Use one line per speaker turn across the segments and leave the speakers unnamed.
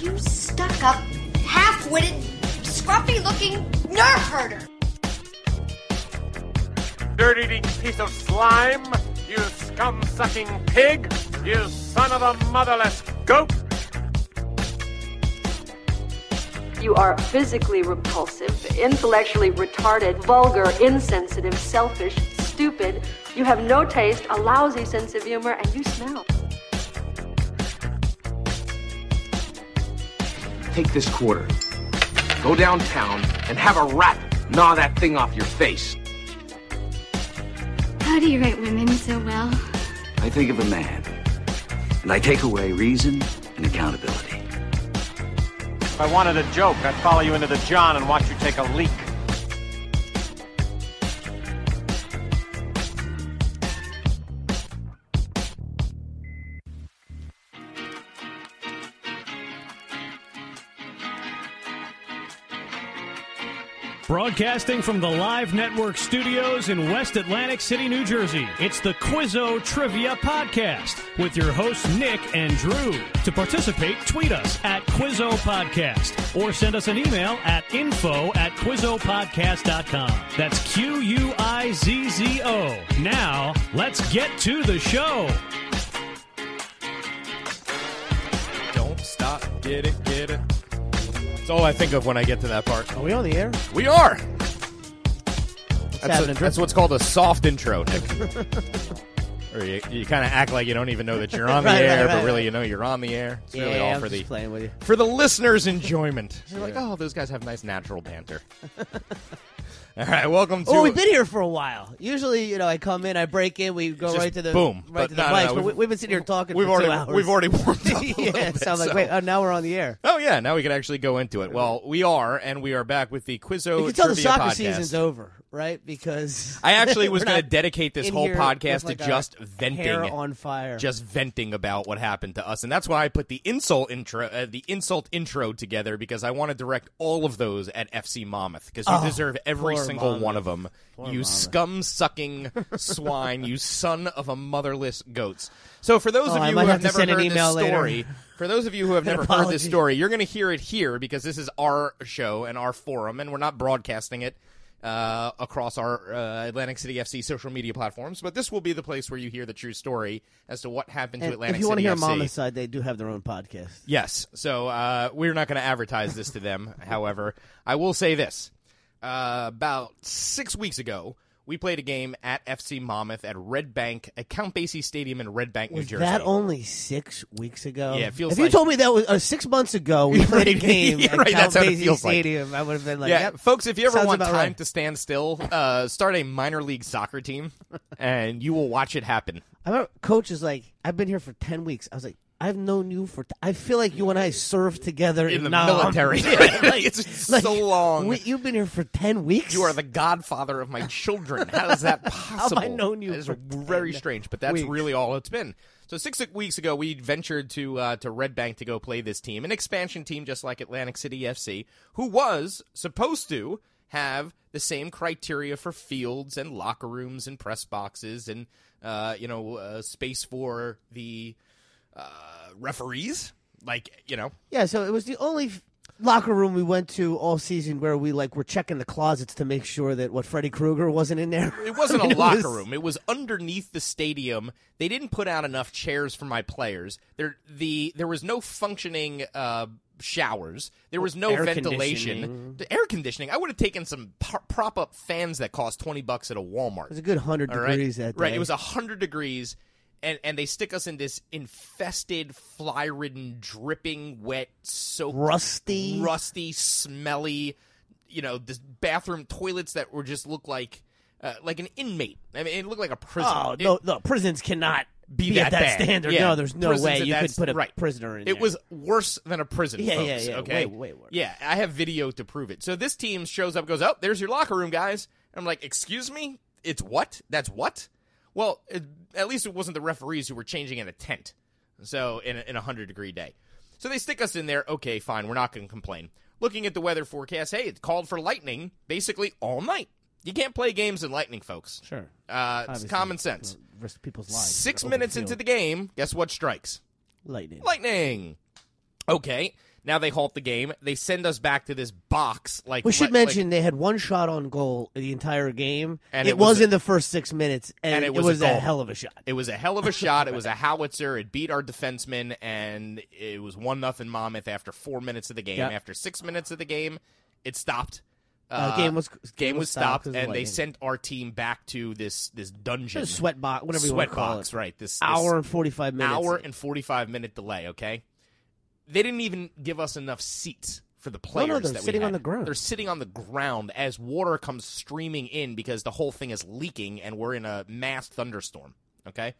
You stuck up, half witted, scruffy looking nerve herder.
dirt eating piece of slime, you scum sucking pig, you son of a motherless goat.
You are physically repulsive, intellectually retarded, vulgar, insensitive, selfish, stupid. You have no taste, a lousy sense of humor, and you smell.
Take this quarter, go downtown, and have a rat gnaw that thing off your face.
How do you write women so well?
I think of a man, and I take away reason and accountability.
If I wanted a joke, I'd follow you into the John and watch you take a leak.
Broadcasting from the Live Network studios in West Atlantic City, New Jersey, it's the Quizzo Trivia Podcast with your hosts, Nick and Drew. To participate, tweet us at Quizzo Podcast or send us an email at info at QuizzoPodcast.com. That's Q U I Z Z O. Now, let's get to the show.
Don't stop. Get it, get it. That's all I think of when I get to that part.
Are we on the air?
We are. That's,
happening, Drew?
that's what's called a soft intro, Nick. or you, you kind of act like you don't even know that you're on the
Right,
air,
right,
but
right,
really
right.
you know you're on the air. It's really
Yeah,
all
I'm
for
just
the
playing with you.
for the listeners' enjoyment. You're like, oh, those guys have nice natural banter. all right, welcome to.
Well, Oh, we've been here for a while. Usually, you know, I come in, I break in, we go
Just
right to the
boom.
right
But
to the
no, no,
mics.
no,
but we,
we've-
we've been sitting here talking
We've
for
already
two hours.
we've already warmed up. A little
yeah,
bit,
so I'm like,
so-
wait, oh, now we're on the air.
Oh yeah, now we can actually go into it. Well, we are, and we are back with the Quizzo.
You can tell the
Trivia
soccer
podcast.
season's over, right? Because
I actually was
we're
going to
not
dedicate this
in
whole
here with,
podcast
like,
to
our
just
hair
venting,
on fire.
just venting about what happened to us, and that's why I put the insult intro, uh, the insult intro together because I want to direct all of those at FC Monmouth because you deserve every
Ah, poor
single one
Monmouth.
of them. you scum sucking swine, you son of a motherless goats. So for those
Oh,
of you
I
who
might
have,
have
never
to send an
heard
email
this
later.
story, for those of you who have never heard this
apology.
story, you're going to hear it here because this is our show and our forum, and we're not broadcasting it uh, across our uh, Atlantic City FC social media platforms. But this will be the place where you hear the true story as to what happened
And
to Atlantic
if you
City
to hear
FC.
Mama's side, they do have their own podcast.
Yes. So uh, we're not going to advertise this to them. However, I will say this. Uh, about six weeks ago, we played a game at FC Monmouth at Red Bank, at Count Basie Stadium in Red Bank,
Was
New Jersey.
that only six weeks ago?
Yeah, it feels
If
like-
you told me that was uh, six months ago, we played a game
Yeah,
at
right,
Count
that's how it
Basie
feels like.
Stadium, I would have been like,
yeah,
yep.
folks, if you ever
sounds
want
about
time
right.
to stand still, uh, start a minor league soccer team, and you will watch it happen.
I remember coach is like, I've been here for ten weeks. I was like, I've known you for. T- I feel like you and I served together in,
In the
Nam."
military.
Yeah,
It's so long.
we- you've been here for ten weeks.
You are the godfather of my children. How is that possible?
known you
That is
for
very
10
strange, but that's
weeks?
really all it's been. So six weeks ago, we ventured to uh, to Red Bank to go play this team, an expansion team just like Atlantic City FC, who was supposed to have the same criteria for fields and locker rooms and press boxes and uh, you know uh, space for the uh, referees, like you know
Yeah, so it was the only f- locker room we went to all season where we like were checking the closets to make sure that what Freddy Krueger wasn't in there.
It wasn't
I mean,
a
it
locker
was-
room. It was underneath the stadium. They didn't put out enough chairs for my players. There, the there was no functioning uh, showers. There was no
Air
ventilation. The air conditioning. I would have taken some par- prop up fans that cost twenty bucks at a Walmart.
It was a good hundred
All right?
degrees that day.
Right. It was hundred degrees, and and they stick us in this infested, fly ridden, dripping, wet, soaked,
Rusty.
rusty, smelly. You know, the bathroom toilets that were just looked like. Uh, like an inmate. I mean, it looked like a prison.
Oh
It-
no, no, prisons cannot
be,
at that
bad.
standard.
Yeah.
No, there's no
Prisons
way
at
you
that
could
st-
put a
right.
prisoner in
It
there.
was worse than a prison.
Yeah, yeah,
folks,
yeah.
Okay,
Way, way worse.
Yeah, I have video to prove it. So this team shows up, goes, "Oh, there's your locker room, guys." I'm like, "Excuse me, it's what? That's what?" Well, it, at least it wasn't the referees who were changing in a tent. So in a, in a hundred degree day, so they stick us in there. Okay, fine, we're not going to complain. Looking at the weather forecast, hey, it called for lightning basically all night. You can't play games in lightning, folks.
Sure.
Uh, it's
Obviously,
common sense.
you know, Risk people's lives.
Six
Open
minutes into
field.
the game, guess what strikes?
lightning.
Lightning. Okay. Now they halt the game. They send us back to this box. Like
We should
like-
mention they had one shot on goal the entire game,
And
it,
it was
was
a-
in the first six minutes, and, it was, a,
goal.
hell of a shot.
It was a hell of a shot. It was a howitzer. It beat our defenseman, and it was one nothing Monmouth after four minutes of the game.
Yep.
After six minutes of the game, it stopped.
Uh, game was-
game was stopped,
'cause of
and they
lightning.
sweat our team back to this this dungeon,
Sweat box, whatever you want
sweat
to call
box,
it.
right? This, this
Hour and forty five minutes.
hour and forty five minute delay. Okay, they didn't even give us enough seats for the
no,
players.
they're
that we
sitting
had.
on the ground.
They're sitting on the ground as water comes streaming in because the whole thing is leaking, and we're in a mass thunderstorm. Okay,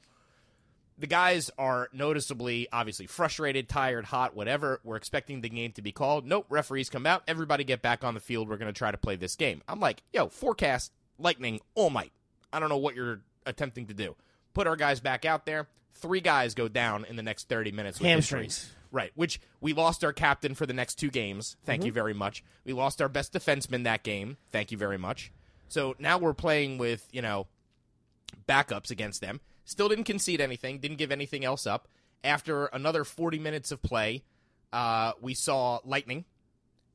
the guys are noticeably, obviously frustrated, tired, hot, whatever. We're expecting the game to be called. Nope, referees come out. Everybody get back on the field. We're going to try to play this game. I'm like, yo, forecast, lightning, all might. I don't know what you're attempting to do. Put our guys back out there. Three guys go down in the next 30 minutes. With
Hamstrings.
injuries. Right, which we lost our captain for the next two games. Thank you very much. We lost our best defenseman that game. Thank you very much. So now we're playing with, you know, backups against them. Still didn't concede anything, didn't give anything else up. After another 40 minutes of play, uh, we saw lightning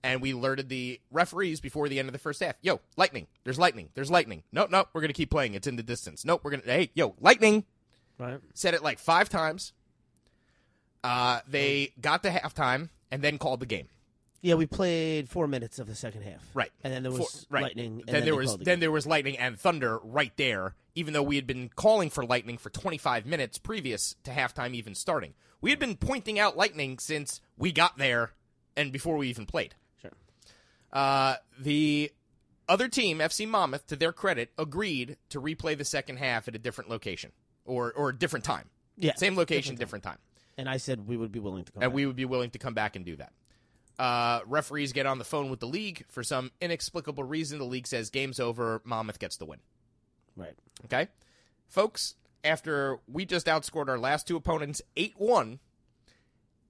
and we alerted the referees before the end of the first half. Yo, lightning. There's lightning. There's lightning. Nope, nope. We're going to keep playing. It's in the distance. Nope, we're going to. Hey, yo, lightning.
Right.
Said it like five times. Uh, they got to halftime and then called the game.
Yeah, we played four minutes of the second half.
Right.
and then there
For-
was
right.
lightning. And
then, there
they
was
called the
then
game.
there was lightning and thunder right there. Even though we had been calling for lightning for 25 minutes previous to halftime even starting, we had been pointing out lightning since we got there and before we even played.
Sure.
Uh, the other team, FC Monmouth, to their credit, agreed to replay the second half at a different location or or a different time.
Yeah,
Same location, different time
and I said we would be willing to come.
and
back.
we would be willing to come back and do that. Uh, referees get on the phone with the league for some inexplicable reason. The league says game's over. Monmouth gets the win.
right.
Okay, folks. After we just outscored our last two opponents eight one,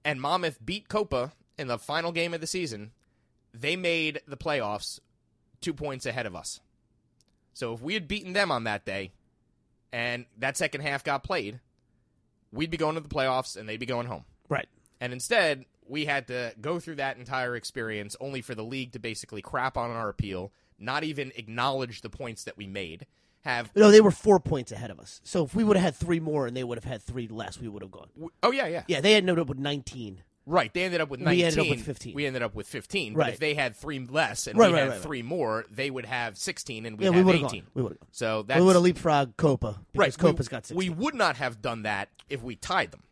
and Monmouth beat Copa in the final game of the season, they made the playoffs two points ahead of us. So if we had beaten them on that day, and that second half got played, we'd be going to the playoffs and they'd be going home.
Right.
And instead, we had to go through that entire experience only for the league to basically crap on our appeal, not even acknowledge the points that we made, have
No, they were four points ahead of us. So if we would have had three more and they would have had three less, we would have gone.
Oh yeah, yeah.
Yeah, they had ended up with nineteen.
Right. They ended up with 19.
We ended up with 15.
We ended up with 15, but
Right.
if they had 3 less and
Right,
we
right,
had
right, right.
3 more, they would have 16 and we'd
Yeah, we
have
would've
18.
gone. We would've gone.
So that's
We would have leapfrogged Copa
right.
because
we,
Copa's got six.
We would not have done that if we tied them.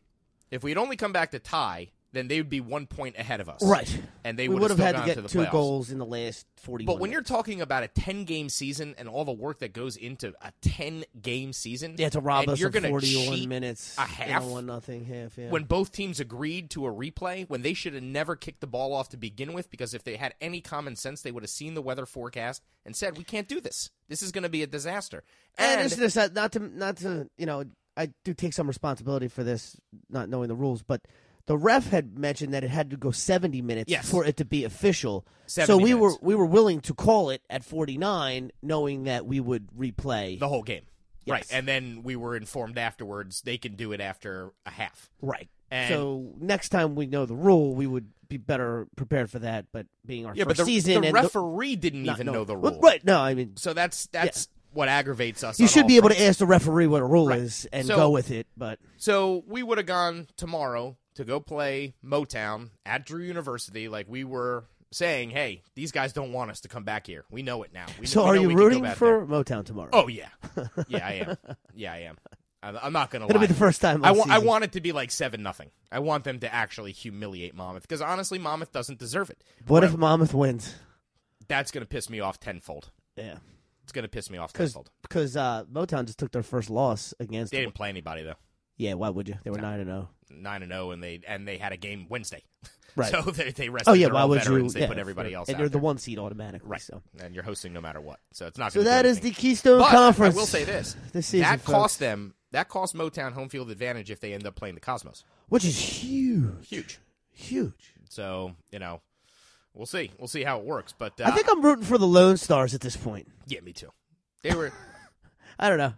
If we had only come back to tie, then they would be 1 point ahead of us.
right,
And they
we
would have
had
still
to
gone
get
to the
two
playoffs.
goals in the last forty.
But when you're talking about a 10 game season and all the work that goes into a 10 game season,
yeah to rob
and
us
you're
of
gonna
forty-one
cheat
minutes,
a
in
half.
one nothing half. Yeah,
When both teams agreed to a replay, when they should have never kicked the ball off to begin with, because if they had any common sense, they would have seen the weather forecast and said, "We can't do this. This is going to be a disaster."
and,
And,
it's just that- not to not to you know I do take some responsibility for this not knowing the rules, but the ref had mentioned that it had to go seventy minutes
Yes.
for it to be official.
70
So we were
minutes.
we were willing to call it at forty nine, knowing that we would replay.
the whole game, right?
Yes.
And then we were informed afterwards they can do it after a half.
right.
And-
so next time we know the rule, we would be better prepared for that. But being our
Yeah,
first
but the,
season,
the
and
referee didn't
not
even
knowing-
know the
Well,
rule,
right? No, I mean
So that's that's what aggravates us.
you
on
should
all
be able
fronts.
to ask the referee what a rule
Right.
is and
So-
go with it. But
So we would have gone tomorrow to go play Motown at Drew University, like we were saying. Hey, these guys don't want us to come back here. We know it now. We,
so
we
are
know
you
we can go
rooting
back there.
for Motown tomorrow?
Oh yeah, yeah I am. Yeah I am. I'm, I'm not gonna.
it'll
lie.
be the first time.
I,
all
wa- I
season.
want it to be like seven nothing. I want them to actually humiliate Monmouth because honestly, Monmouth doesn't deserve it.
What if Monmouth wins?
That's gonna piss me off tenfold.
Yeah,
It's gonna piss me off
because
tenfold.
because uh, Motown just took their first loss against.
They didn't play anybody though.
Yeah, why would you? They were nine and oh. zero.
Nine and zero, and they and they had a game Wednesday.
Right.
So they they rested.
Oh yeah,
their
why
own
would you?
veterans. They
yeah,
put everybody
for-
else.
and
out
you're the
there.
one seed automatically.
Right.
So.
And you're hosting no matter what. So it's not
So
gonna do
that is
anything.
the Keystone
But
Conference.
I will say this.
this season,
that
folks.
cost them that cost Motown home field advantage if they end up playing the Cosmos.
which is huge,
Huge.
huge.
So, you know, we'll see. We'll see how it works. But uh,
I think I'm rooting for the Lone Stars at this point.
yeah, me too. They were
I don't know.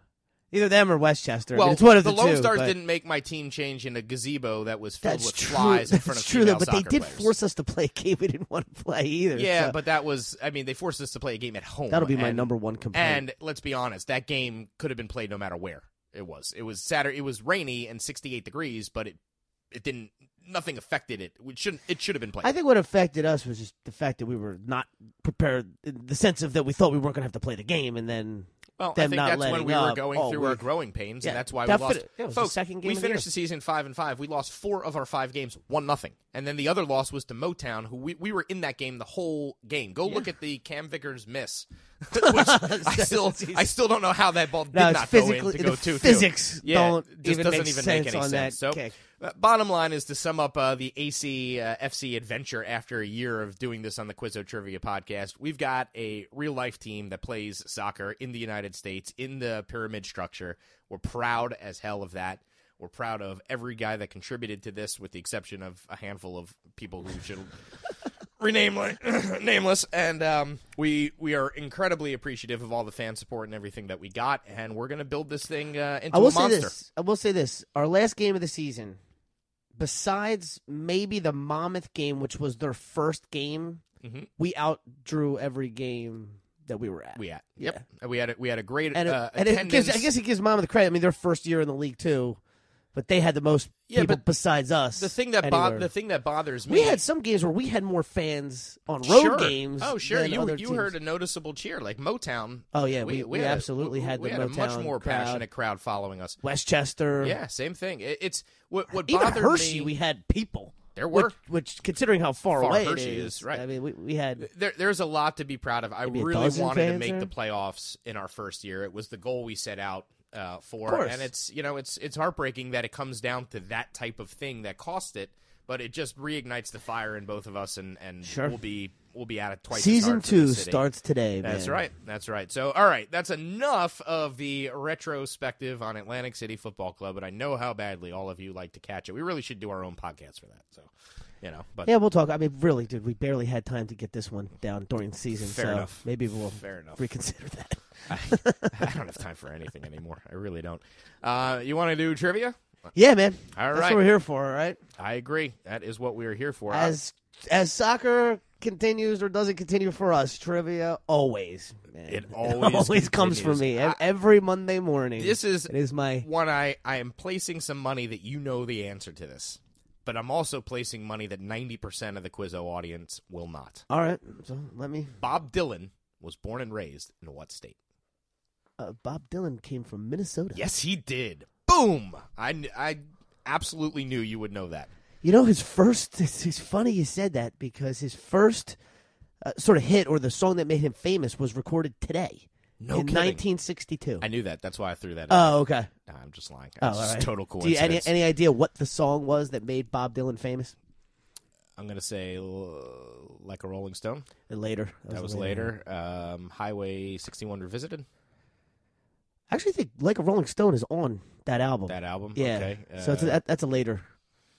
Either them or Westchester. I mean,
well.
it's one of the,
the Lone
two,
Stars
but
didn't make my team change in a gazebo that was filled
That's
with
true.
flies in
that's
front of
true,
female
though, but they
soccer
did
players.
force us to play a game we didn't want to play either.
Yeah,
so
but that was I mean they forced us to play a game at home.
that'll be my
and-
number one complaint.
And let's be honest, that game could have been played no matter where it was. It was Saturday. It was rainy and 68 degrees, but it it didn't. Nothing affected it. It shouldn't. It should have been played.
I think what affected us was just the fact that we were not prepared, in the sense of that we thought we weren't going to have to play the game, and then
Well, I
them
think
not
that's when
letting
we were
up Oh,
going
all
through our
week.
growing pains,
Yeah,
and that's why
that
we lost.
fit- yeah, it was the
Folks,
second game
we
of the
finished
year.
the season five and five. We lost four of our five games, one nothing, and then the other loss was to Motown, who we, we were in that game the whole game. Go look at the Cam Vickers miss. which I still I still don't know how that ball did
No, it's
not go in
physically-
to
the
go two
physics
Yeah,
don't
it just
even
doesn't
make
even
sense
make any
on
sense.
that
so,
kick.
uh, bottom line is to sum up uh, the AC uh, FC adventure after a year of doing this on the Quizzo Trivia podcast. We've got a real life team that plays soccer in the United States in the pyramid structure. We're proud as hell of that. We're proud of every guy that contributed to this, with the exception of a handful of people who should rename nameless and um, we we are incredibly appreciative of all the fan support and everything that we got and we're gonna build this thing uh, into
I will
a
say
monster
this. I will say this. Our last game of the season, besides maybe the Monmouth game, which was their first game,
Mhm.
we outdrew every game that we were at.
we had yep we had a, we had a great
and it,
uh,
and it gives, I
attendance.
guess it gives Monmouth credit. I mean, their first year in the league too, but they had the most
Yeah,
people
but
besides us.
the thing that
anywhere.
bo- the thing that bothers me
we had some games where we had more fans on road
Sure.
games.
oh sure
than
you
other
you
teams.
heard a noticeable cheer like Motown
Oh, yeah, we- we
had a-
absolutely
we-
had
we
the
had a much
Motown
more
crowd.
passionate crowd following us
Westchester.
yeah same thing it, it's what what
even
bothered
Hershey,
me
we had people.
There
which,
were.
which considering how far,
Far
away
Hershey
it
is, right.
I mean, we, we had
there, there's a lot to be proud of. I
Maybe a
really
dozen
wanted to
fans
make
there?
the playoffs in our first year. It was the goal we set out uh, for,
course.
and it's you know it's it's heartbreaking that it comes down to that type of thing that cost it, but it just reignites the fire in both of us, and and
Sure.
we'll be we'll be at it twice. as
season
hard for
two
this city.
starts today.
That's
man.
right. That's right. So, all right, that's enough of the retrospective on Atlantic City Football Club, and I know how badly all of you like to catch it. We really should do our own podcast for that. So, you know, but
Yeah, we'll talk. I mean, really, dude, we barely had time to get this one down during the season.
Fair
so
enough.
Maybe we'll
Fair enough.
reconsider that.
I, I don't have time for anything anymore. I really don't. Uh, you want to do trivia?
Yeah, man.
All
That's
right.
what we're here for. All right.
I agree. That is what we are here for.
As as soccer continues or doesn't continue for us, trivia always. man.
It always
comes for me
continues.
ev- every Monday morning.
this is
it is my
Uh, one I I am placing some money that you know the answer to this, but I'm also placing money that 90% of the Quizzo audience will not.
all right. So let me.
Bob Dylan was born and raised in what state?
Uh, Bob Dylan came from Minnesota.
Yes, he did. Boom! I kn- I absolutely knew you would know that.
You know, his first. It's, it's funny you said that because his first uh, sort of hit or the song that made him famous was recorded today
No
in
kidding.
1962.
I knew that. That's why I threw that. in
oh, okay.
there. Nah, I'm just lying.
Oh,
It's
all
just
right.
total
Do you
coincidence.
any any idea what the song was that made Bob Dylan famous?
I'm gonna say l- like a Rolling Stone.
Uh, Later.
That was later. Um, Highway 61 revisited.
I actually think Like a Rolling Stone is on that album.
That album.
Yeah.
Okay.
so it's a,
Uh,
that, that's a later.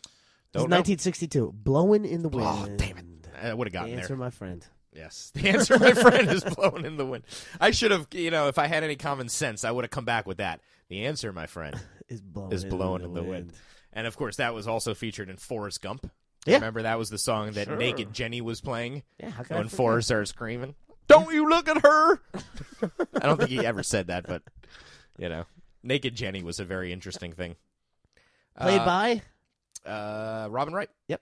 It's
don't know.
1962. Blowing in the wind.
Oh, damn it! I would have
The
gotten
answer,
there.
my friend.
Yes, the answer, my friend, is blown in the wind. I should have, you know, if I had any common sense, I would have come back with that. The answer, my friend,
Is blowing
is
in
blown
the
in the wind. And of course, that was also featured in Forrest Gump.
Yeah.
Remember that was the song that Naked Jenny was playing
Yeah, how could I
when
forget?
Forrest started screaming, "Don't you look at her!" I don't think he ever said that, but you know, Naked Jenny was a very interesting thing.
Played
Uh,
by
Uh, Robin Wright.
Yep.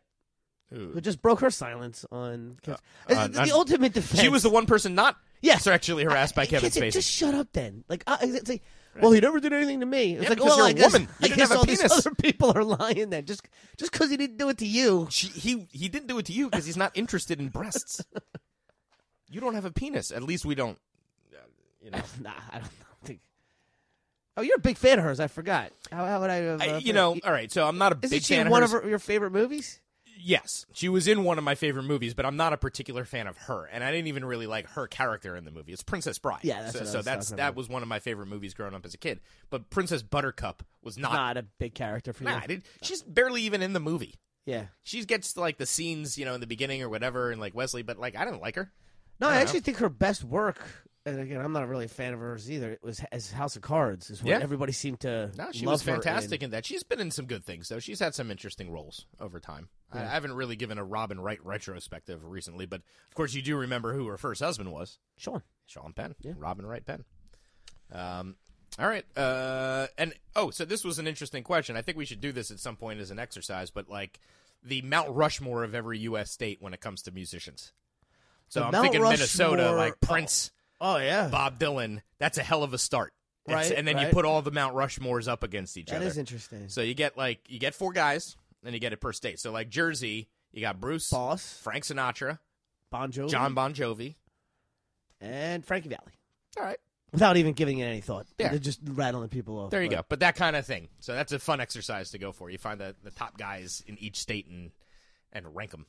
Who-
who just broke her silence on.
uh,
the, the
on-
ultimate defense.
She was the one person not
Yeah.
sexually harassed by
Hey,
Kevin
kids,
Spacey.
Just shut up, then. Like, I, it's like, well, he never did anything to me. It's
Yeah,
like,
because
well,
you're
I
a
guess,
woman. You
I
didn't
guess
have a
all these
penis.
other people are lying then, just just because he didn't do it to you.
She, he he didn't do it to you because he's not interested in breasts. you don't have a penis. At least we don't. uh, You know.
Nah, I don't think. Oh, you're a big fan of hers. I forgot. How, how would I? Have,
I,
uh,
you know. All right. So I'm not a
isn't
big
she
fan
in one
of
of
hers.
her, your favorite movies?
Yes, she was in one of my favorite movies, but I'm not a particular fan of her, and I didn't even really like her character in the movie. It's Princess Bride.
Yeah, that's
so,
what I
so
was
that's
talking
that
about.
was one of my favorite movies growing up as a kid. But Princess Buttercup was not.
Not a big character for you.
nah, I didn't- she's barely even in the movie.
Yeah.
She gets like the scenes, you know, in the beginning or whatever, and like Wesley, but like I didn't like her.
No, I,
don't
actually think her best work and again, I'm not really a fan of hers either. It was as House of Cards is what
Yeah.
everybody seemed to.
No, she
love
was
her
fantastic
in.
in. that. She's been in some good things, though. She's had some interesting roles over time. I, I haven't really given a Robin Wright retrospective recently, but of course, you do remember who her first husband was
Sean.
Sean Penn. Robin Wright Penn. Um, all right. Uh, and oh, so this was an interesting question. I think we should do this at some point as an exercise, but like the Mount Rushmore of every U.S. state when it comes to musicians. So
The
I'm
Mount
thinking Minnesota,
Rushmore-
like Prince.
Oh yeah,
Bob Dylan. That's a hell of a start. It's-
Right,
and then you
right.
put all the Mount Rushmores up against each
that
other.
is interesting.
So you get like you get four guys, and you get it per state. So like Jersey, you got Bruce,
Boss,
Frank Sinatra,
Bon Jovi,
John Bon Jovi.
and Frankie Valley,
All right,
without even giving it any thought.
Yeah.
They're just rattling people off.
there you
but-
go. But that kind of thing. So that's a fun exercise to go for. You find the, the top guys in each state and and rank them.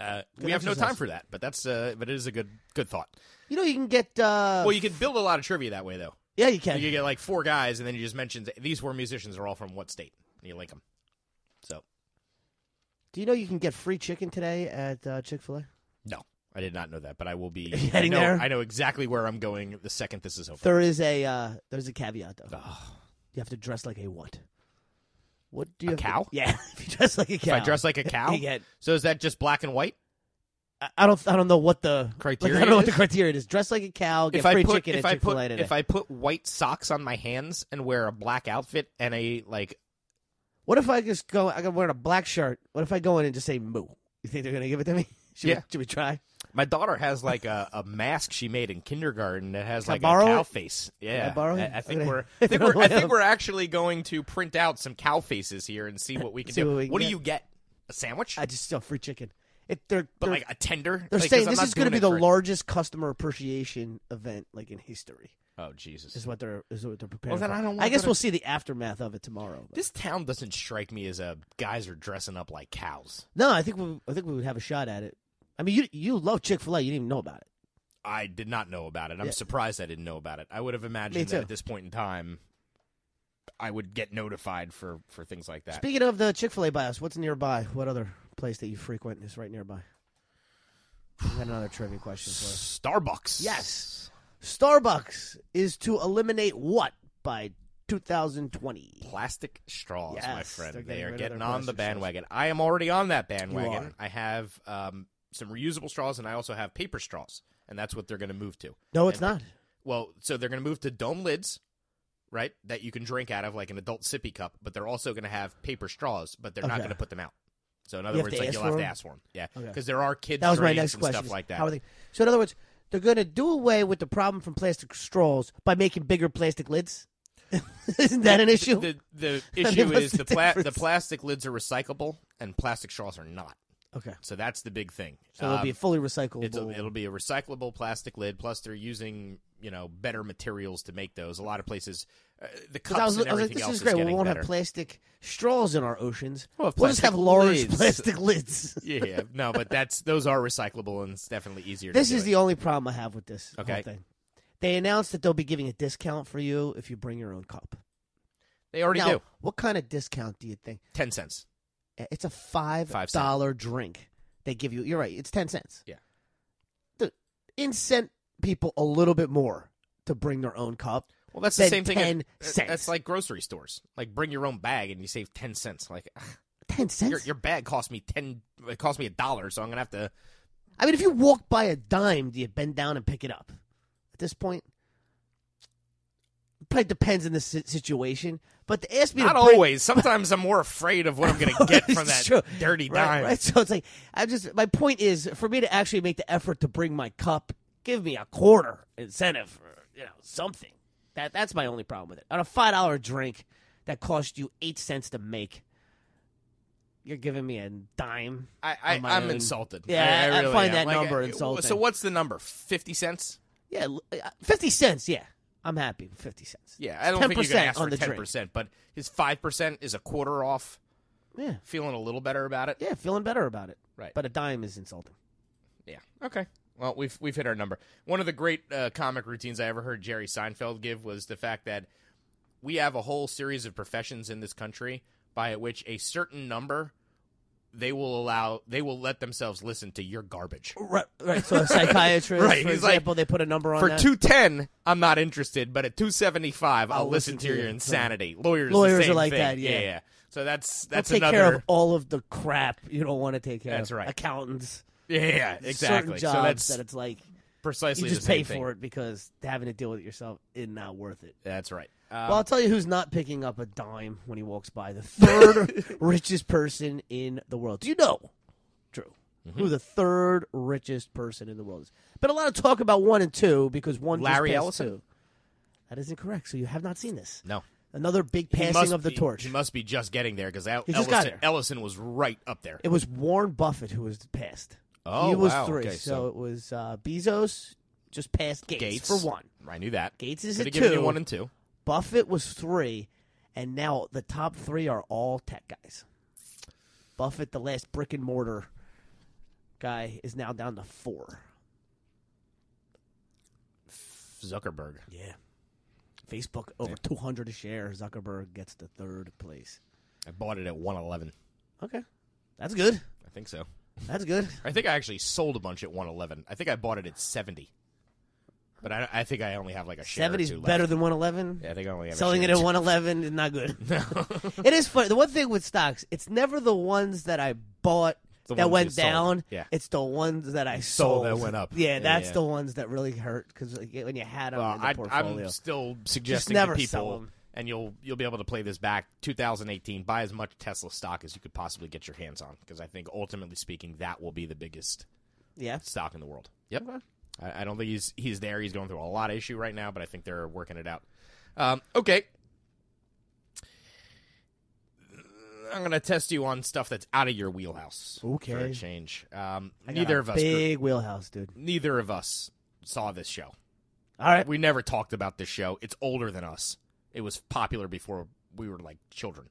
Uh, we have no
exercise.
time for that, but that's uh, but it is a good good thought.
You know, you can get. Uh,
Well, you can build a lot of trivia that way, though.
yeah, you can.
You get like four guys, and then you just mention these four musicians are all from what state, and you link them. So
Do you know you can get free chicken today at uh, Chick Fil A?
No, I did not know that, but I will be
heading
I know,
there?
I know exactly where I'm going the second this is over.
There is a uh, there's a caveat though. You have to dress like a what? What do you
A
have to-
cow?
yeah, if you dress like a
If
cow.
I dress like a cow,
You get-
so is that just black and white?
I- I don't I don't know what the like, I
Criteria
don't know what
is?
the criteria is. Dress like a cow. Get
if
free
I put
chicken
if
at
I
Chick Fil A
put
today.
if I put white socks on my hands and wear a black outfit and a like
What if I just go? I got wearing a black shirt. What if I go in and just say moo? You think they're gonna give it to me? Should
Yeah.
We, should we try?
my daughter has like a, a mask she made in kindergarten that has
Can I
like
borrow
a cow
it?
face. Yeah,
I borrow it?
I, think
Okay.
we're I think we're I think we're actually going to print out some cow faces here and see what we can
See
do.
what we can
do
get.
you get? A sandwich,
I just sell free chicken. It they're
but
they're,
like a tender.
they're
Like, 'cause
saying
I'm
this
not
is gonna
doing
be
it
the
for-
largest customer appreciation event like in history.
Oh Jesus!
Is what they're is what they're preparing.
then
for.
I don't wanna
I guess
go to-
we'll see the aftermath of it tomorrow. but-
This town doesn't strike me as a guys are dressing up like cows.
No, I think we, I think we would have a shot at it. I mean, you you love Chick Fil A, you didn't even know about it.
I did not know about it. I'm
Yeah.
surprised I didn't know about it. I would have
Me
imagined
too.
that at this point in time, I would get notified for for things like that.
Speaking of the Chick Fil A bios, what's nearby? What other place that you frequent is right nearby? I got another trivia question for us.
Starbucks.
Yes. Starbucks is to eliminate what by 2020?
Plastic straws, my
Yes,
friend.
they're
they
getting
are
rid of
getting
their
on the
plastic straws.
bandwagon. I am already on that bandwagon.
are?
I have um, some reusable straws, and I also have paper straws, and that's what they're going to move to.
No, it's
And-
not.
Well, so they're going to move to dome lids, right? That you can drink out of like an adult sippy cup, but they're also going to have paper straws, but they're not
Okay.
going to put them out. So in other
have
words,
to
like
ask
you'll
for
have to
'em?
ask for them. Yeah,
Okay.
because there are kids
That was my
drinks
next
and
question.
stuff like that.
How are they, so, in other words, they're going to do away with the problem from plastic straws by making bigger plastic lids. Isn't that an issue?
The the
mean,
issue
what's
is
the
the pla- the
difference?
plastic lids are recyclable and plastic straws are not.
okay,
So that's the big thing.
so it'll be
Um,
a fully recyclable.
It's a, it'll be a recyclable plastic lid. Plus, they're using you know better materials to make those. A lot of places, uh, the cups
I was,
and
I was
everything
like, this
else
is great. we
getting
won't
better.
have plastic straws in our oceans.
We'll have
We'll, just have
plastic
large
lids.
plastic lids.
yeah, no, but that's those are recyclable and it's definitely easier.
this
to do
is
it.
the only problem I have with this whole
Okay.
thing. They announced that they'll be giving a discount for you if you bring your own cup.
they already
now,
do
what kind of discount do you think?
ten cents.
Uh, It's a five
Five cent.
dollar drink. They give you. You're right. It's ten cents.
Yeah.
The incent people a little bit more to bring their own cup.
Well, that's the
Then
same thing.
10
at-
cents.
That's like grocery stores. Like bring your own bag and you save ten cents. Like
Ten cents.
your your bag cost me ten. It cost me a dollar, so I'm gonna have to.
I mean, if you walk by a dime, do you bend down and pick it up? At this point, it probably depends on the si- situation. But to ask me
Not
to bring-
always. Sometimes I'm more afraid of what I'm gonna get from
It's
that
true.
dirty
right,
dime.
right? So it's like I just my point is for me to actually make the effort to bring my cup, give me a quarter incentive, or, you know, something. That that's my only problem with it. On a five dollar drink that cost you eight cents to make, you're giving me a dime.
I, I,
on my
I'm
own.
insulted.
Yeah,
I,
I- I
really
find
am.
that
Like,
number
uh,
insulting.
So what's the number? Fifty cents?
Yeah, l- uh, fifty cents. Yeah, I'm happy. with Fifty cents.
Yeah, I don't think you're gonna
10%
ask for
on the
ten
drink.
percent, but his five percent is a quarter off.
Yeah.
feeling a little better about it.
Yeah, feeling better about it.
Right.
But a dime is insulting.
Yeah. Okay. Well, we've we've hit our number. One of the great uh, comic routines I ever heard Jerry Seinfeld give was the fact that we have a whole series of professions in this country by which a certain number they will allow they will let themselves listen to your garbage.
Right, right. So a psychiatrist,
Right,
for
he's like,
example, they put a number on
For
that.
210, I'm not interested, but at 275, I'll, listen, to your
you.
insanity. Lawyers,
Lawyers
the
are
same
like
thing.
that, yeah.
yeah, So that's
They'll
that's
take
another
care of all of the crap you don't want to take care
That's
of.
right.
Accountants,
yeah, yeah, exactly.
Certain
So
jobs
that's
that it's like
precisely
you just
the same
pay
thing.
for it because having to deal with it yourself is not worth it.
That's right. Um,
well, I'll tell you who's not picking up a dime when he walks by. The third richest person in the world. Do you know, Drew,
Mm-hmm.
who the third richest person in the world is? Been a lot of talk about one and two because one just
Larry
passed
Ellison?
two. That isn't correct. So you have not seen this.
no.
Another big
He
passing
must
of the
be-
torch.
He must be just getting there because El-
He just got
Ellison,
there.
Ellison was right up there.
It was Warren Buffett who was passed.
Oh,
he was
wow.
three.
Okay,
so,
so-
it was uh, Bezos just passed Gates,
Gates
for one.
I knew that.
Gates is
Could
a
have given you
two.
one and two.
Buffett was three, and now the top three are all tech guys. Buffett, the last brick and mortar guy, is now down to four.
Zuckerberg.
Yeah. Facebook over 200 a share. Zuckerberg gets the third place.
I bought it at 111.
Okay. That's good.
I think so.
That's good.
I think I actually sold a bunch at 111. I think I bought it at 70. But I, I think I only have like a share
70's
or two
better
left.
than 111.
Yeah, I think I only have a
Selling
share
it
or
at
two.
111 is not good. it is funny. The one thing with stocks, it's never the ones that I bought
the
that went
ones you sold.
down.
Yeah.
It's the ones that I
sold
sold,
that went up.
Yeah,
Yeah,
that's
yeah.
the ones that really hurt because like, when you had them
Well,
in the
I,
portfolio.
I'm still suggesting
never
to
sell
people,
'em.
and you'll you'll be able to play this back 2018. Buy as much Tesla stock as you could possibly get your hands on, because I think ultimately speaking, that will be the biggest
yeah,
stock in the world. Yep. I, I don't think he's he's there. He's going through a lot of issue right now, but I think they're working it out. Um, okay. I'm gonna test you on stuff that's out of your wheelhouse. For a
Okay.
change. Um,
I got
neither
a
of us.
Big wheelhouse, dude.
Neither of us saw this show.
All right.
We never talked about this show. It's older than us. It was popular before we were like children.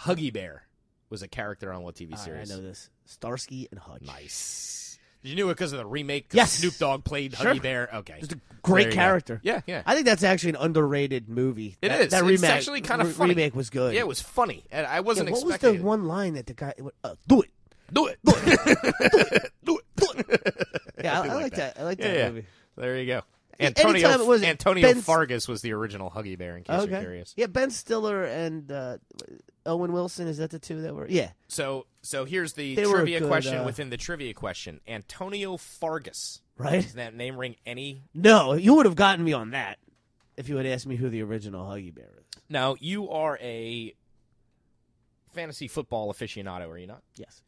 Huggy Bear was a character on what TV
All right, I
series?
know this. Starsky and Hutch.
Nice. You knew it because of the remake. 'Cause
Yes.
Snoop Dogg played
Sure.
Huggy Bear. Okay,
Just a
There
great
you go.
character.
Yeah, yeah.
I think that's actually an underrated movie.
It
That-
is.
That
It's
remake
actually kind of
re-
funny.
remake was good.
yeah, it was funny. And I
Yeah,
wasn't
what was
expecting.
the
it.
one line that the guy? Uh, do it.
Do it. Do it. Do it. Do it.
Yeah, I,
do
I
like
like
that.
that. I like
Yeah,
that
yeah.
movie.
There you go.
Yeah,
Antonio
anytime it was-
Antonio
Ben-
Fargas was the original Huggy Bear. In case you're curious.
Yeah, Ben Stiller and uh, Owen Wilson. Is that the two that were? Yeah.
So so here's the
They were
trivia
good,
question
uh,
within the trivia question. Antonio Fargas.
Right.
Does that name ring any?
No, you would have gotten me on that if you had asked me who the original Huggy Bear is.
Now you are a fantasy football aficionado, are you not?
Yes.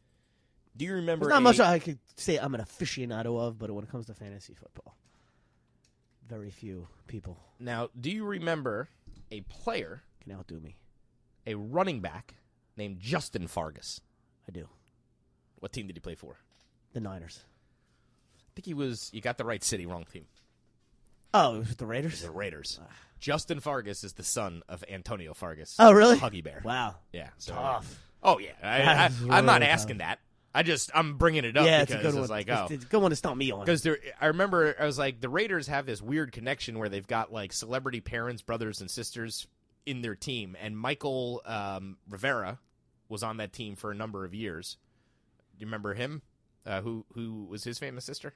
Do you remember?
There's not
a-
much I could say I'm an aficionado of, but when it comes to fantasy football, very few people
Now, do you remember a player,
can outdo me.
a running back named Justin Fargas?
I do.
What team did he play for? I
The Niners.
think he was. You got the right city, wrong team.
Oh, it was the Raiders.
The Raiders. Justin Fargas is the son of Antonio Fargas.
Oh, really?
Huggy Bear.
Wow.
Yeah. So,
Tough.
Oh yeah. I, I,
That is
I'm not
really
asking that. I just I'm bringing it up
yeah, it's
because
a good one.
it's like
It's-
oh.
it's a good one to stomp me on.
Because I remember, I was like, the Raiders have this weird connection where they've got like celebrity parents, brothers, and sisters in their team, and Michael um, Rivera was on that team for a number of years. Do you remember him? Uh, who who was his famous sister?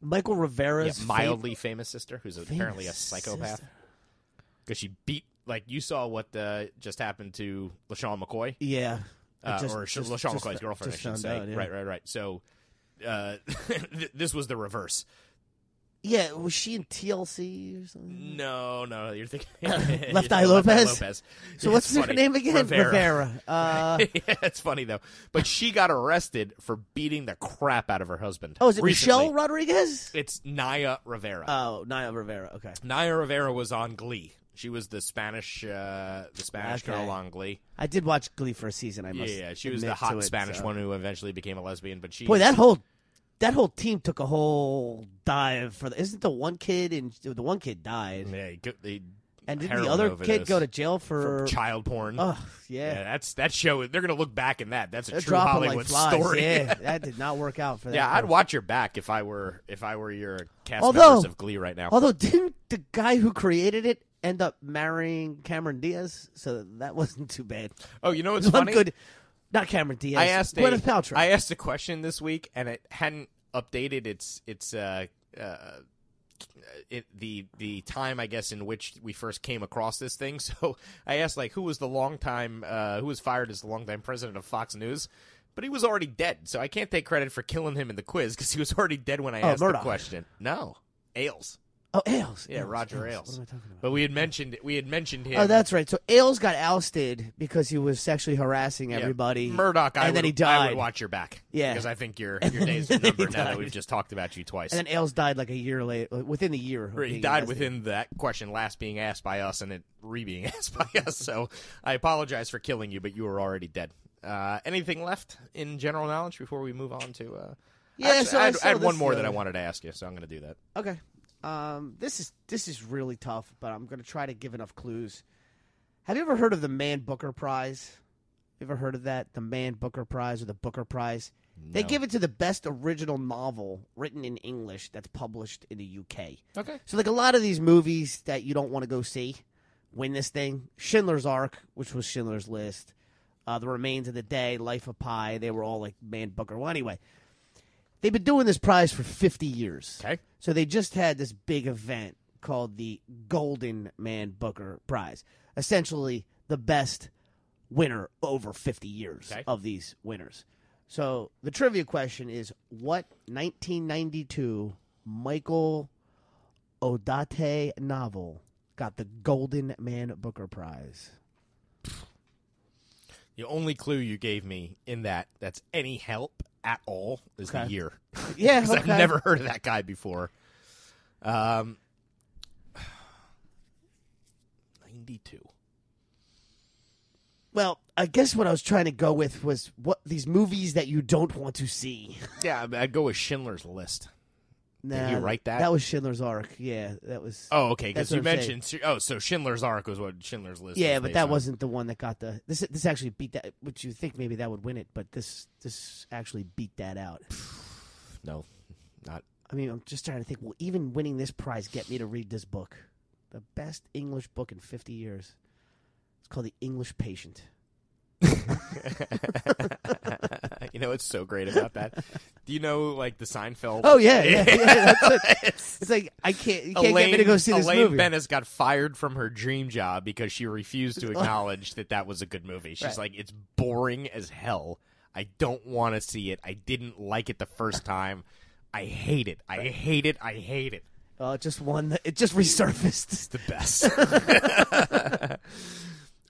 Michael
Yeah,
Rivera's
mildly famous sister, who's
famous
apparently a psychopath
sister.
because she beat like you saw what uh, just happened to LaShawn McCoy.
Yeah. I
uh,
just-
or sh
just-
LaShawn
just-
McCoy's girlfriend, I
just
should
found
say.
out, yeah.
Right, right, right. So uh, th- this was the reverse.
Yeah, was she in TLC or something?
No, no, you're thinking
Left Eye Lopez? So
Yeah,
what's
it's
her
funny.
name again?
Rivera.
Uh,
yeah, it's funny though. But she got arrested for beating the crap out of her husband.
oh, is it
recently.
Michelle Rodriguez?
It's Naya Rivera.
Oh, Naya Rivera. Okay.
Naya Rivera was on Glee. She was the Spanish, uh, the Spanish
Okay.
girl on Glee.
I did watch Glee for a season. I
Yeah,
must.
yeah, she was the
admit to
hot
it,
Spanish
so.
one who eventually became a lesbian. But she,
Boy, that whole that whole team took a whole dive for. The, isn't the one kid and the one kid died,
yeah, he go- he-
and did the
heroin
other kid
overdose
go to jail
for
for?
child porn?
oh, yeah.
Yeah, that's that show. They're gonna look back in that. That's a
They're
true
dropping like
Hollywood
flies.
story.
Yeah, that did not work out for that.
Yeah, I'd
girl.
watch your back if I were if I were your cast
Although-
members of Glee right now.
Although, didn't the guy who created it end up marrying Cameron Diaz? So that wasn't too bad.
oh, you know what's
One
funny?
good, Not Cameron Diaz.
I asked a,
Gwyneth Paltrow.
I asked a question this week, and it hadn't updated its its uh, uh, it, the the time I guess in which we first came across this thing. So I asked like, who was the longtime uh, who was fired as the longtime president of Fox News? But he was already dead, so I can't take credit for killing him in the quiz because he was already dead when I asked
Oh, Murdoch.
the question. No, Ailes.
oh, Ailes.
Yeah, Roger Ailes.
What am I talking about?
But we had mentioned we had mentioned him.
Oh, that's right. So Ailes got ousted because he was sexually harassing
Yeah.
everybody.
Murdoch. I
and
would,
then he
I
died.
would watch your back.
Yeah.
because I think your your days are numbered now that
died.
we've just talked about you twice.
And then Ailes died like a year later, within the year. of
Right, he
being
died
arrested.
within that question last being asked by us and it re being asked by us. So I apologize for killing you, but you were already dead. Uh, anything left in general knowledge before we move on to? Uh...
Yeah,
Actually,
so I
I, had, I
saw
had one
this,
more
uh,
that I wanted to ask you, so I'm going to do that.
Okay. Um, this is this is really tough, but I'm gonna try to give enough clues. Have you ever heard of the Man Booker Prize? You ever heard of that? The Man Booker Prize or the Booker Prize? They give it to the best original novel written in English that's published in the UK.
Okay.
So like a lot of these movies that you don't want to go see win this thing. Schindler's Ark, which was Schindler's List, uh, The Remains of the Day, Life of Pi, they were all like Man Booker. Well, anyway, they've been doing this prize for 50 years.
Okay.
So they just had this big event called the Golden Man Booker Prize. Essentially, the best winner over 50 years
Okay.
of these winners. So the trivia question is what 1992 Michael Odate novel got the Golden Man Booker Prize?
The only clue you gave me in that that's any help at all is
Okay.
the year. 'Cause
Yeah,
I've never heard of that guy before. Um, 92.
Well, I guess what I was trying to go with was what these movies that you don't want to see.
Yeah, I- I'd go with Schindler's List.
Nah,
you write that?
That was Schindler's Ark. Yeah, that was.
Oh, okay. Because
That's what
you
I'm saying.
mentioned. Oh, so Schindler's Ark was what Schindler's List.
yeah,
was
but
based
that
on.
wasn't the one that got the. This this actually beat that. Which you think maybe that would win it, but this this actually beat that out.
no, not
I mean, I'm just trying to think. Will even winning this prize get me to read this book? The best English book in 50 years. It's called The English Patient.
you know what's so great about that? Do you know like the Seinfeld?
Oh yeah, yeah, yeah that's it. It's like I can't. You can't get me to go see this
Elaine
movie.
Bennis got fired from her dream job because she refused to acknowledge that that was a good movie. She's
Right.
like, "It's boring as hell. I don't want to see it. I didn't like it the first time. I hate it. I hate it. I hate it."
Oh, it just one. It just resurfaced.
the best.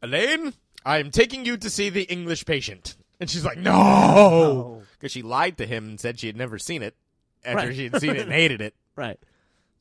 Elaine, I am taking you to see the English patient. And she's like, no!
No.
Because she lied to him and said she had never seen it after
Right.
she had seen it and hated it.
Right.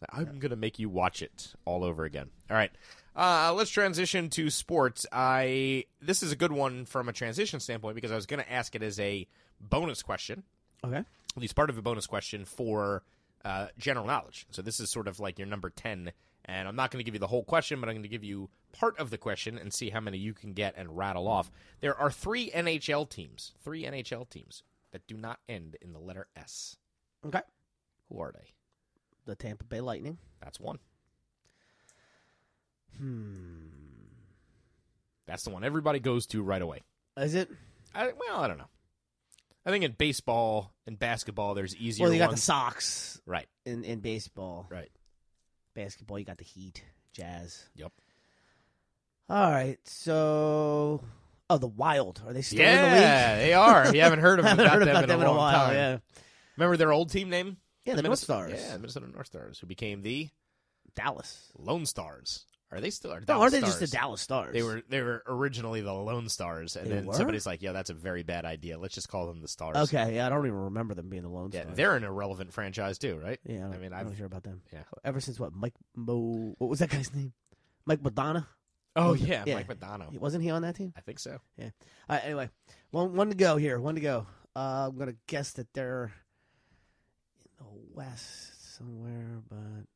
I'm going to make you watch it all over again. All right. Uh, let's transition to sports. I this is a good one from a transition standpoint because I was going to ask it as a bonus question,
Okay.
at least part of a bonus question for uh, general knowledge. So this is sort of like your number 10. And I'm not going to give you the whole question, but I'm going to give you part of the question and see how many you can get and rattle off. There are three NHL teams, three NHL teams that do not end in the letter S.
Okay.
Who are they?
The Tampa Bay Lightning.
That's one. Hmm. That's the one everybody goes to right away.
Is it?
I, well, I don't know. I think in baseball and basketball, there's easier
well, you got the
ones.
Sox
right,
in in baseball.
right.
Basketball, you got the Heat, Jazz.
Yep.
All right. So, oh, the Wild. Are they still in the league?
yeah, they are. You haven't heard of them,
Haven't
about
heard
them
about
in
them
a long
while.
time.
Yeah.
Remember their old team name?
Yeah, the North
Minnes-
Stars.
Yeah, the Minnesota North Stars, who became the
Dallas.
Lone Stars. Are they still? Are
No,
Dallas
aren't they just the
Stars.
Dallas Stars?
They were they were originally the Lone Stars, and
They
then
were?
somebody's like, "Yeah, that's a very bad idea. Let's just call them the Stars."
Okay. Yeah, I don't even remember them being the Lone
Yeah,
Stars.
they're an irrelevant franchise too, right?
Yeah, I,
I mean,
mean, I
I've
don't hear about them.
yeah.
Ever since what Mike Mo? What was that guy's name? Mike Madonna.
Oh
Was it-
yeah,
yeah.
Mike Madonna.
Wasn't he on that team?
I think so.
Yeah. All right, anyway, one one to go here. One to go. Uh, I'm gonna guess that they're in the west somewhere, but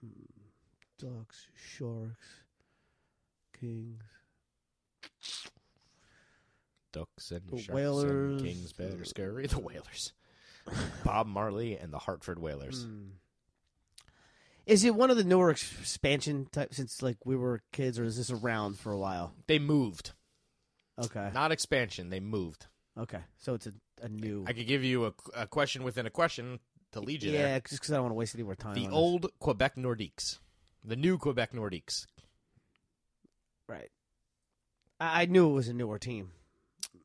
Hmm. ducks, sharks, kings.
Ducks and
The
Sharks and
Whalers.
Kings, Better Scurry, the Whalers, Bob Marley and the Hartford Whalers.
Hmm. Is it one of the newer ex- expansion type since like we were kids, or is this around for a while?
They moved.
Okay.
Not expansion. They moved.
Okay. So it's a, a new.
I could give you a, a question within a question to lead you
yeah,
there.
just because I don't want to waste any more time.
The
on this.
old Quebec Nordiques. The new Quebec Nordiques.
Right. I, I knew it was a newer team.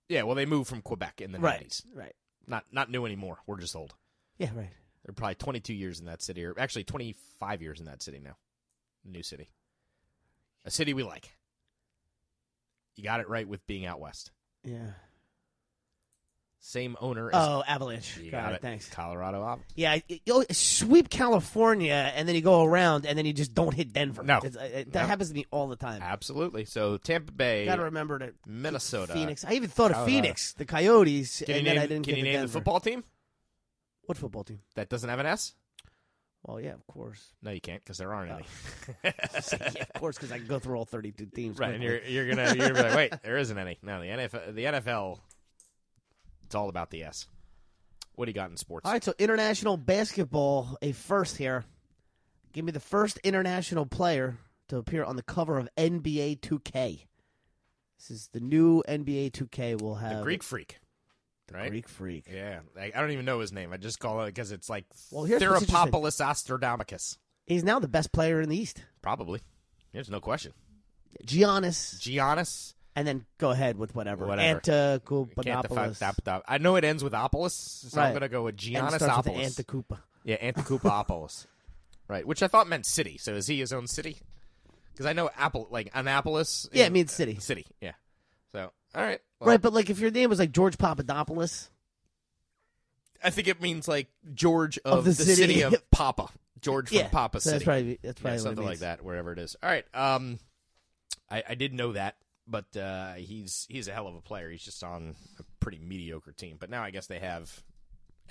Yeah, well, they moved from Quebec in the
right.
90s.
Right.
Not not new anymore. We're just old.
Yeah. Right.
They're probably 22 years in that city, or actually 25 years in that city now. New city. A city we like. You got it right with being out west.
Yeah.
Same owner as.
Oh, Avalanche.
you
Got, it. Thanks.
Colorado Av-
Yeah, you know, sweep California, and then you go around, and then you just don't hit Denver.
No.
It's- uh, it- that
No.
happens to me all the time.
Absolutely. So Tampa Bay,
Got to remember to
Minnesota.
Phoenix. I even thought of
Colorado.
Phoenix, the Coyotes,
Can you
and
name,
then I didn't
can
get
you
to
name the
Denver.
football team
What football team?
that doesn't have an S?
Well, yeah, of course.
No, you can't because there aren't any.
yeah, of course, because I can go through all 32 teams.
Right, and you're
quickly.
you're gonna you're gonna be like, wait, there isn't any. No, the NFL, the NFL, it's all about the S. What do you got in sports?
All right, so international basketball, a first here. Give me the first international player to appear on the cover of NBA 2K. This is the new NBA 2K. We'll have
the Greek freak, right?
Uh, Greek Freak.
Yeah, I, I don't even know his name. I just call it because it's like
Well, here's what's interesting.
Therapopoulos Astronomicus.
He's now the best player in the East.
Probably. There's no question.
Giannis,
Giannis.
and then go ahead with whatever.
Whatever. Can't define
Antetokounmpo.
Dap- I know it ends with Opolis, so I'm
Right.
going to go with
And it starts with
Giannisopoulos.
Antetokounmpo.
yeah, Antikoupopolis. right, which I thought meant city. So is he his own city? Because I know Apple, like Annapolis.
Yeah,
is-
it means city.
City, yeah. So, all right. well,
Right, but like if your name was like George Papadopoulos,
I think it means like George of,
the
the, city.
city.
of Papa. George
yeah,
from Papa
so
City.
That's probably that's
Yeah,
probably what it
something like
means.
that, wherever it is. All right. Um, I, I did know that, but uh, he's he's a hell of a player. He's just on a pretty mediocre team. But now I guess they have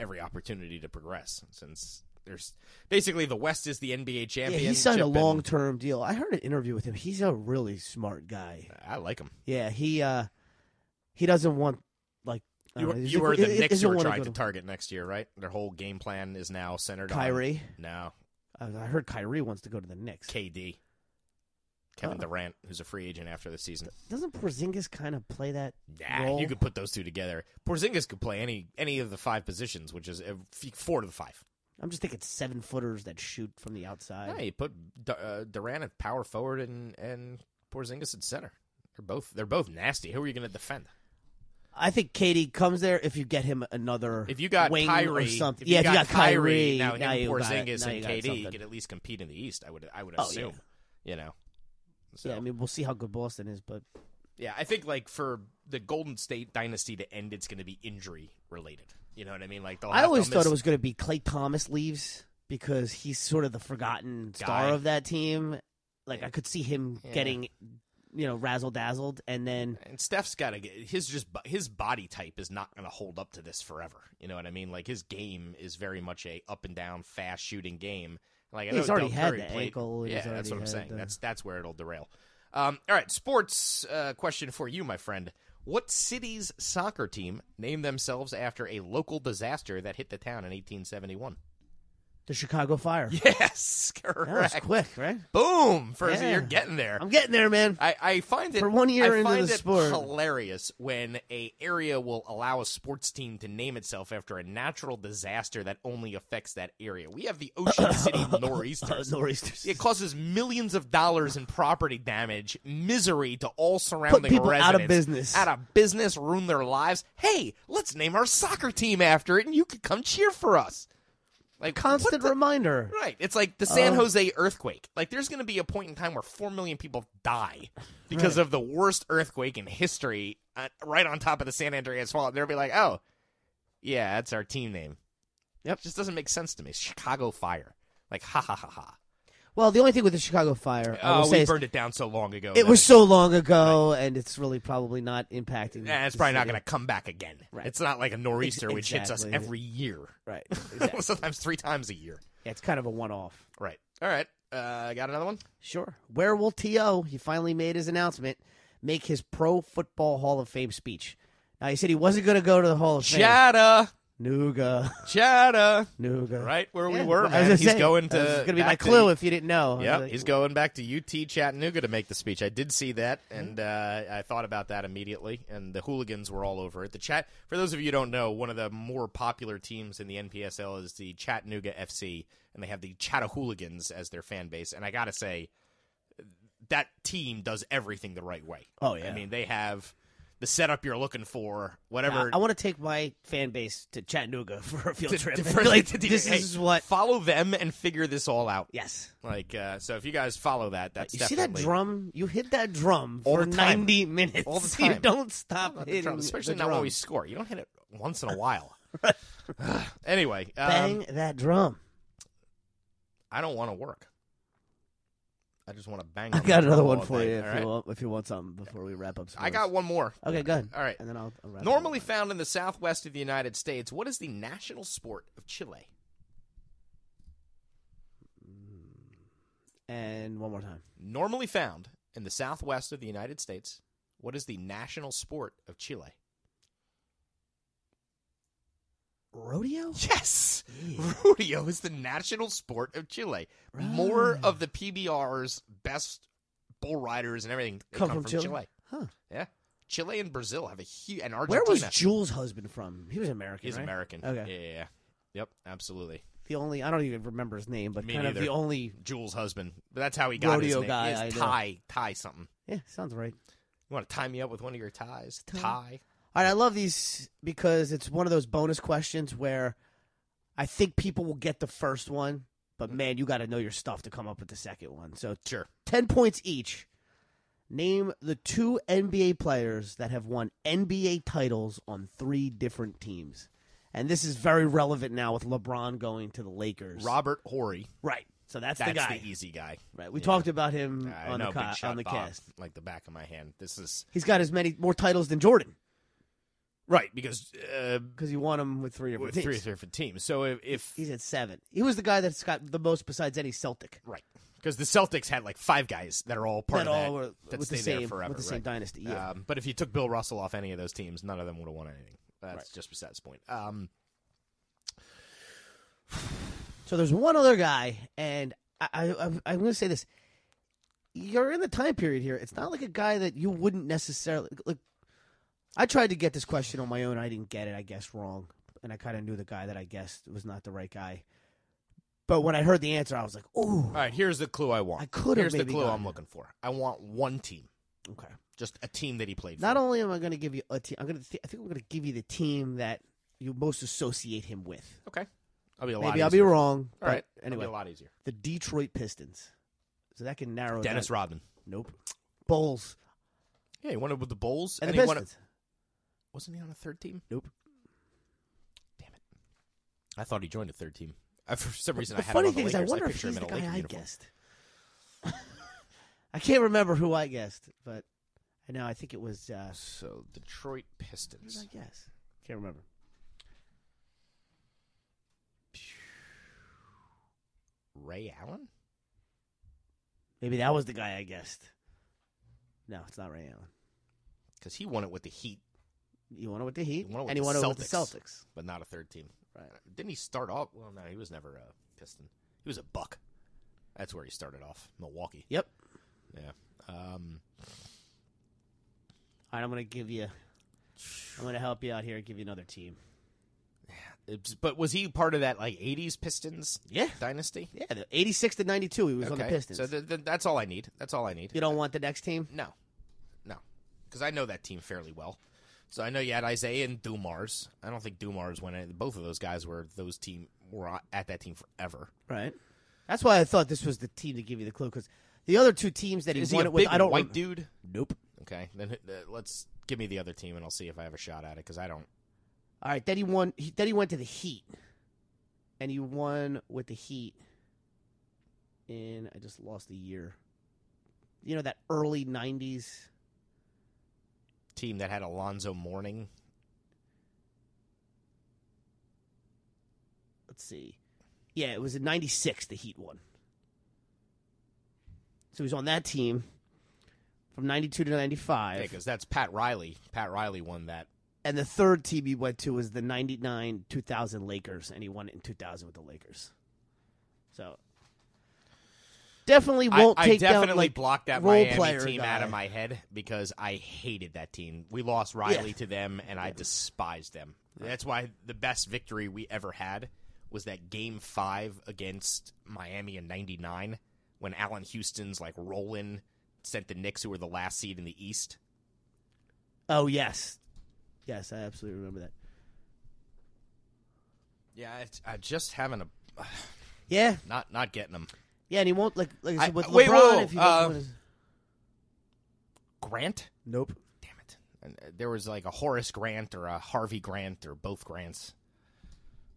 every opportunity to progress since there's basically the West is the NBA
Yeah,
championship.
he signed a
and-
long term deal. I heard an interview with him. He's a really smart guy.
I like him.
Yeah, he uh he doesn't want like I
You
don't
were,
know, he's
you
like-
were
he-
the
he
Knicks
doesn't
you were
wanna
trying
go
to target next year, right? Their whole game plan is now centered on
Kyrie.
No,
I heard Kyrie wants to go to the Knicks.
KD, Kevin
Oh.
Durant, who's a free agent after the season.
Doesn't Porzingis kind of play that
Nah,
role?
you could put those two together. Porzingis could play any any of the five positions, which is uh, f- four to the five.
I'm just thinking seven footers that shoot from the outside.
Yeah, you put Du- uh, Durant at power forward and and Porzingis at center. They're both they're both nasty. Who are you going to defend?
I think Katie comes there if you get him another.
If you got
wing
Kyrie,
or something,
if you
yeah,
got,
if you got Kyrie,
now, him,
now you got it.
Porzingis
Now you
and
got
KD
something.
could at least compete in the East. I would I would
Oh,
assume, you know. So
Yeah, I mean, we'll see how good Boston is, but
yeah, I think like for the Golden State dynasty to end, it's going to be injury related. You know what I mean? Like they'll
I
have-
always
they'll
thought it
Oh, miss-
was going to be Clay Thomas leaves because he's sort of the forgotten star
Guy.
of that team. Like I could see him
Yeah.
getting, you know, razzle dazzled, and then
And Steph's got to get his just bo- his body type is not going to hold up to this forever. You know what I mean? Like his game is very much a up and down, fast shooting game. Like I
Yeah,
know
he's already
Del
had
Curry
the
played-
ankle, he's
Yeah, that's
already
what I'm
had
saying.
the-
That's that's where it'll derail. Um, all right, sports uh, question for you, my friend. What city's soccer team named themselves after a local disaster that hit the town in 1871?
the Chicago Fire.
Yes,
that was
correct.
quick, right?
Boom, Frizzy,
Yeah.
you're getting there.
I'm getting there, man.
I, I find it
For one year
I
into
find
the
it
sport.
hilarious when a area will allow a sports team to name itself after a natural disaster that only affects that area. We have the Ocean City nor'easters.
Nor'easters.
It causes millions of dollars in property damage, misery to all surrounding
Put people
residents.
out of business.
Out of business, ruin their lives. Hey, let's name our soccer team after it, and you could come cheer for us. Like
Constant
what the-
reminder.
Right. It's like the
Um,
San Jose earthquake. Like there's going to be a point in time where 4 million people die because of the worst earthquake in history uh, right on top of the San Andreas Fault. They'll be like, "Oh, yeah, that's our team name." Yep. Just doesn't make sense to me. Chicago Fire. Like ha ha ha ha.
Well, the only thing with the Chicago Fire, I will
Oh,
say,
we
is
burned it down so long ago.
it
that
was so long ago, and it's really probably not impacting.
eh, it's
the
probably not
city.
going to come back again.
Right.
It's not like a nor'easter
Ex-
which hits us
exactly.
every year.
Right. Exactly.
Sometimes 3 times a year.
yeah, it's kind of a one-off.
Right. All right. Uh, got another one?
Sure. Where will T.O., he finally made his announcement, make his Pro Football Hall of Fame speech? Now, he said he wasn't going to go to the Hall of Fame.
Jada.
Nuga,
Chata.
Nuga.
Right where we
Yeah.
were,
I was
man.
gonna
He's
say,
going
that was
to.
gonna be my
back to-
clue if you didn't know. I was
Yeah,
like,
he's going back to UT Chattanooga to make the speech. I did see that, and uh, I thought about that immediately. And the hooligans were all over it. The chat, for those of you who don't know, one of the more popular teams in the NPSL is the Chattanooga FC, and they have the Chattahooligans as their fan base. And I gotta say, that team does everything the right way.
Oh, yeah.
I mean they have the setup you're looking for, whatever.
I, want to take my fan base to Chattanooga for a field
to-
trip.
to-
like,
to- to-
this
hey,
is what.
follow them and figure this all out.
Yes.
Like uh, so, if you guys follow that, that's
You see that
definitely-
drum? You hit that drum
All
for
the time.
90 minutes.
All the
You
time.
don't stop
Not the
hitting
drum, especially
the
not when
drum.
we score. You don't hit it once in a while. anyway, um,
Bang that drum.
I don't want to work. I just want to bang.
I
on
got
the
another
drum
one
all
for
day,
you
all
if,
right?
you want, if you want something before we wrap up.
I
sports.
got one more.
Okay, good.
All right.
And then I'll. I'll wrap it up.
Normally found in the southwest of the United States, what is the national sport of Chile?
And one more time.
Normally found in the southwest of the United States, what is the national sport of Chile?
Rodeo?
Yes, rodeo is the national sport of Chile. More of the PBR's best bull riders and everything they
Come
come,
from Chile? Huh.
Yeah, Chile and Brazil have a huge and Argentina.
Where was Jules' husband from? He was American.
He's
right?
American.
Okay.
Yeah, yeah, yeah. Yep. Absolutely.
The only I don't even remember his name, but
Me
kind of
neither.
the only.
Jules' husband. But that's how he got his
Rodeo
name.
guy,
His
I know.
tie, tie something.
Yeah, sounds right.
You want to tie me up with one of your ties? Tie.
All right, I love these because it's one of those bonus questions where I think people will get the first one, but man, you got to know your stuff to come up with the second one. So
Mm-hmm. Sure.
10 points each. Name the two NBA players that have won NBA titles on three different teams. And this is very relevant now with LeBron going to the Lakers.
Robert Horry.
Right. So that's,
That's
the guy.
easy guy.
right. We talked about him
I
on
know,
the,
big
co-
shot
on the
Bob,
cast.
like the back of my hand. This is
He's got as many more titles than Jordan
right because uh,
because he won them with three different
with
teams.
three different teams. So if, if
He's at seven. He was the guy that's got the most besides any Celtic.
Right. Because the Celtics had like five guys that are all part
That
of
all
that,
were
that
with
stay
the
there
same-
forever.
with the same
right?
dynasty, yeah.
Um, but if you took Bill Russell off any of those teams, none of them would have won anything. That's just besides the point. Um,
So there's one other guy, and I, I, I'm, I'm going to say this. You're in the time period here. It's not like a guy that you wouldn't necessarily like. I tried to get this question on my own. I didn't get it. I guessed wrong, and I kind of knew the guy that I guessed was not the right guy. But when I heard the answer, I was like, "Ooh,
all right, here's the clue I want.
I could have
Here's the
maybe
clue
gotten
I'm
it.
looking for. I want one team,
okay."
just a team that he played
Not
for.
only am I going to give you a team, I'm going to. Th- I think I'm going to give you the team that you most associate him with.
Okay. I'll be a lot
Maybe I'll be
easier.
wrong.
All right.
but Anyway,
I'll be a lot easier.
the Detroit Pistons. So that can narrow.
Dennis
down.
Rodman.
Nope. Bulls
Yeah, he won it with the Bulls.
and, the
he won
Pistons.
it, wasn't he on a third team?
Nope.
Damn it. I thought he joined a third team. I, for some reason, I
the
had him
funny
on
thing
the
is, I
Lakers.
wonder if
picture
he's
him in
the
a
guy
Laker
I
uniform.
guessed. I can't remember who I guessed, but I know I think it was. Uh,
So Detroit
who
Pistons.
did I guess? Can't remember.
Ray Allen?
Maybe that was the guy I guessed. No, it's not Ray Allen.
Because he won it with the Heat,
You want it with the Heat,
He won it with
and he
the
won it with the
Celtics.
Celtics.
but not a third team.
Right.
Didn't he start off? Well, no, he was never a Piston. He was a Buck. That's where he started off, Milwaukee.
Yep.
Yeah. Um,
All right, I'm gonna give you. I'm gonna help you out here. and Give you another team.
it's- but was he part of that like '80s Pistons?
Yeah.
dynasty.
Yeah, the 86 to 92, he was on the
Okay.
Pistons.
So th- th- that's all I need. That's all I need.
you don't want the next team?
No, no, because I know that team fairly well. So I know you had Isaiah and Dumars. I don't think Dumars went. in- Both of those guys were those team were at that team forever.
Right. That's why I thought this was the team to give you the clue because the other two teams that he
Is he
won
a
it with,
big
I don't
white
rem-
dude?
Nope.
Okay, then uh, let's give me the other team and I'll see if I have a shot at it because I don't.
All right, then he won. He, then he went to the Heat, and he won with the Heat. In I just lost the year. You know that early '90s.
Team that had Alonzo Mourning.
Let's see. Yeah, it was in '96 the Heat won. So he was on that team from '92 to
Yeah,
'95.
because that's Pat Riley. Pat Riley won that
And the third team he went to was the 99 2000 Lakers, and he won it in 2000 with the Lakers. So definitely
I,
won't
I
take
definitely
down, like,
blocked that
role
Miami
player
team
guy.
out of my head because I hated that team. We lost Riley to them, and I despised them. That's why the best victory we ever had was that Game Five against Miami in '99 when Allen Houston's like rolling sent the Knicks, who were the last seed in the East.
Oh yes, yes, I absolutely remember that.
Yeah, it's, I just having a
Yeah,
not not getting them.
yeah, and he won't like like I said
I-
with
wait,
LeBron.
whoa,
if he doesn't
uh,
win his-
Grant,
nope.
damn it! And uh, there was like a Horace Grant or a Harvey Grant or both Grants,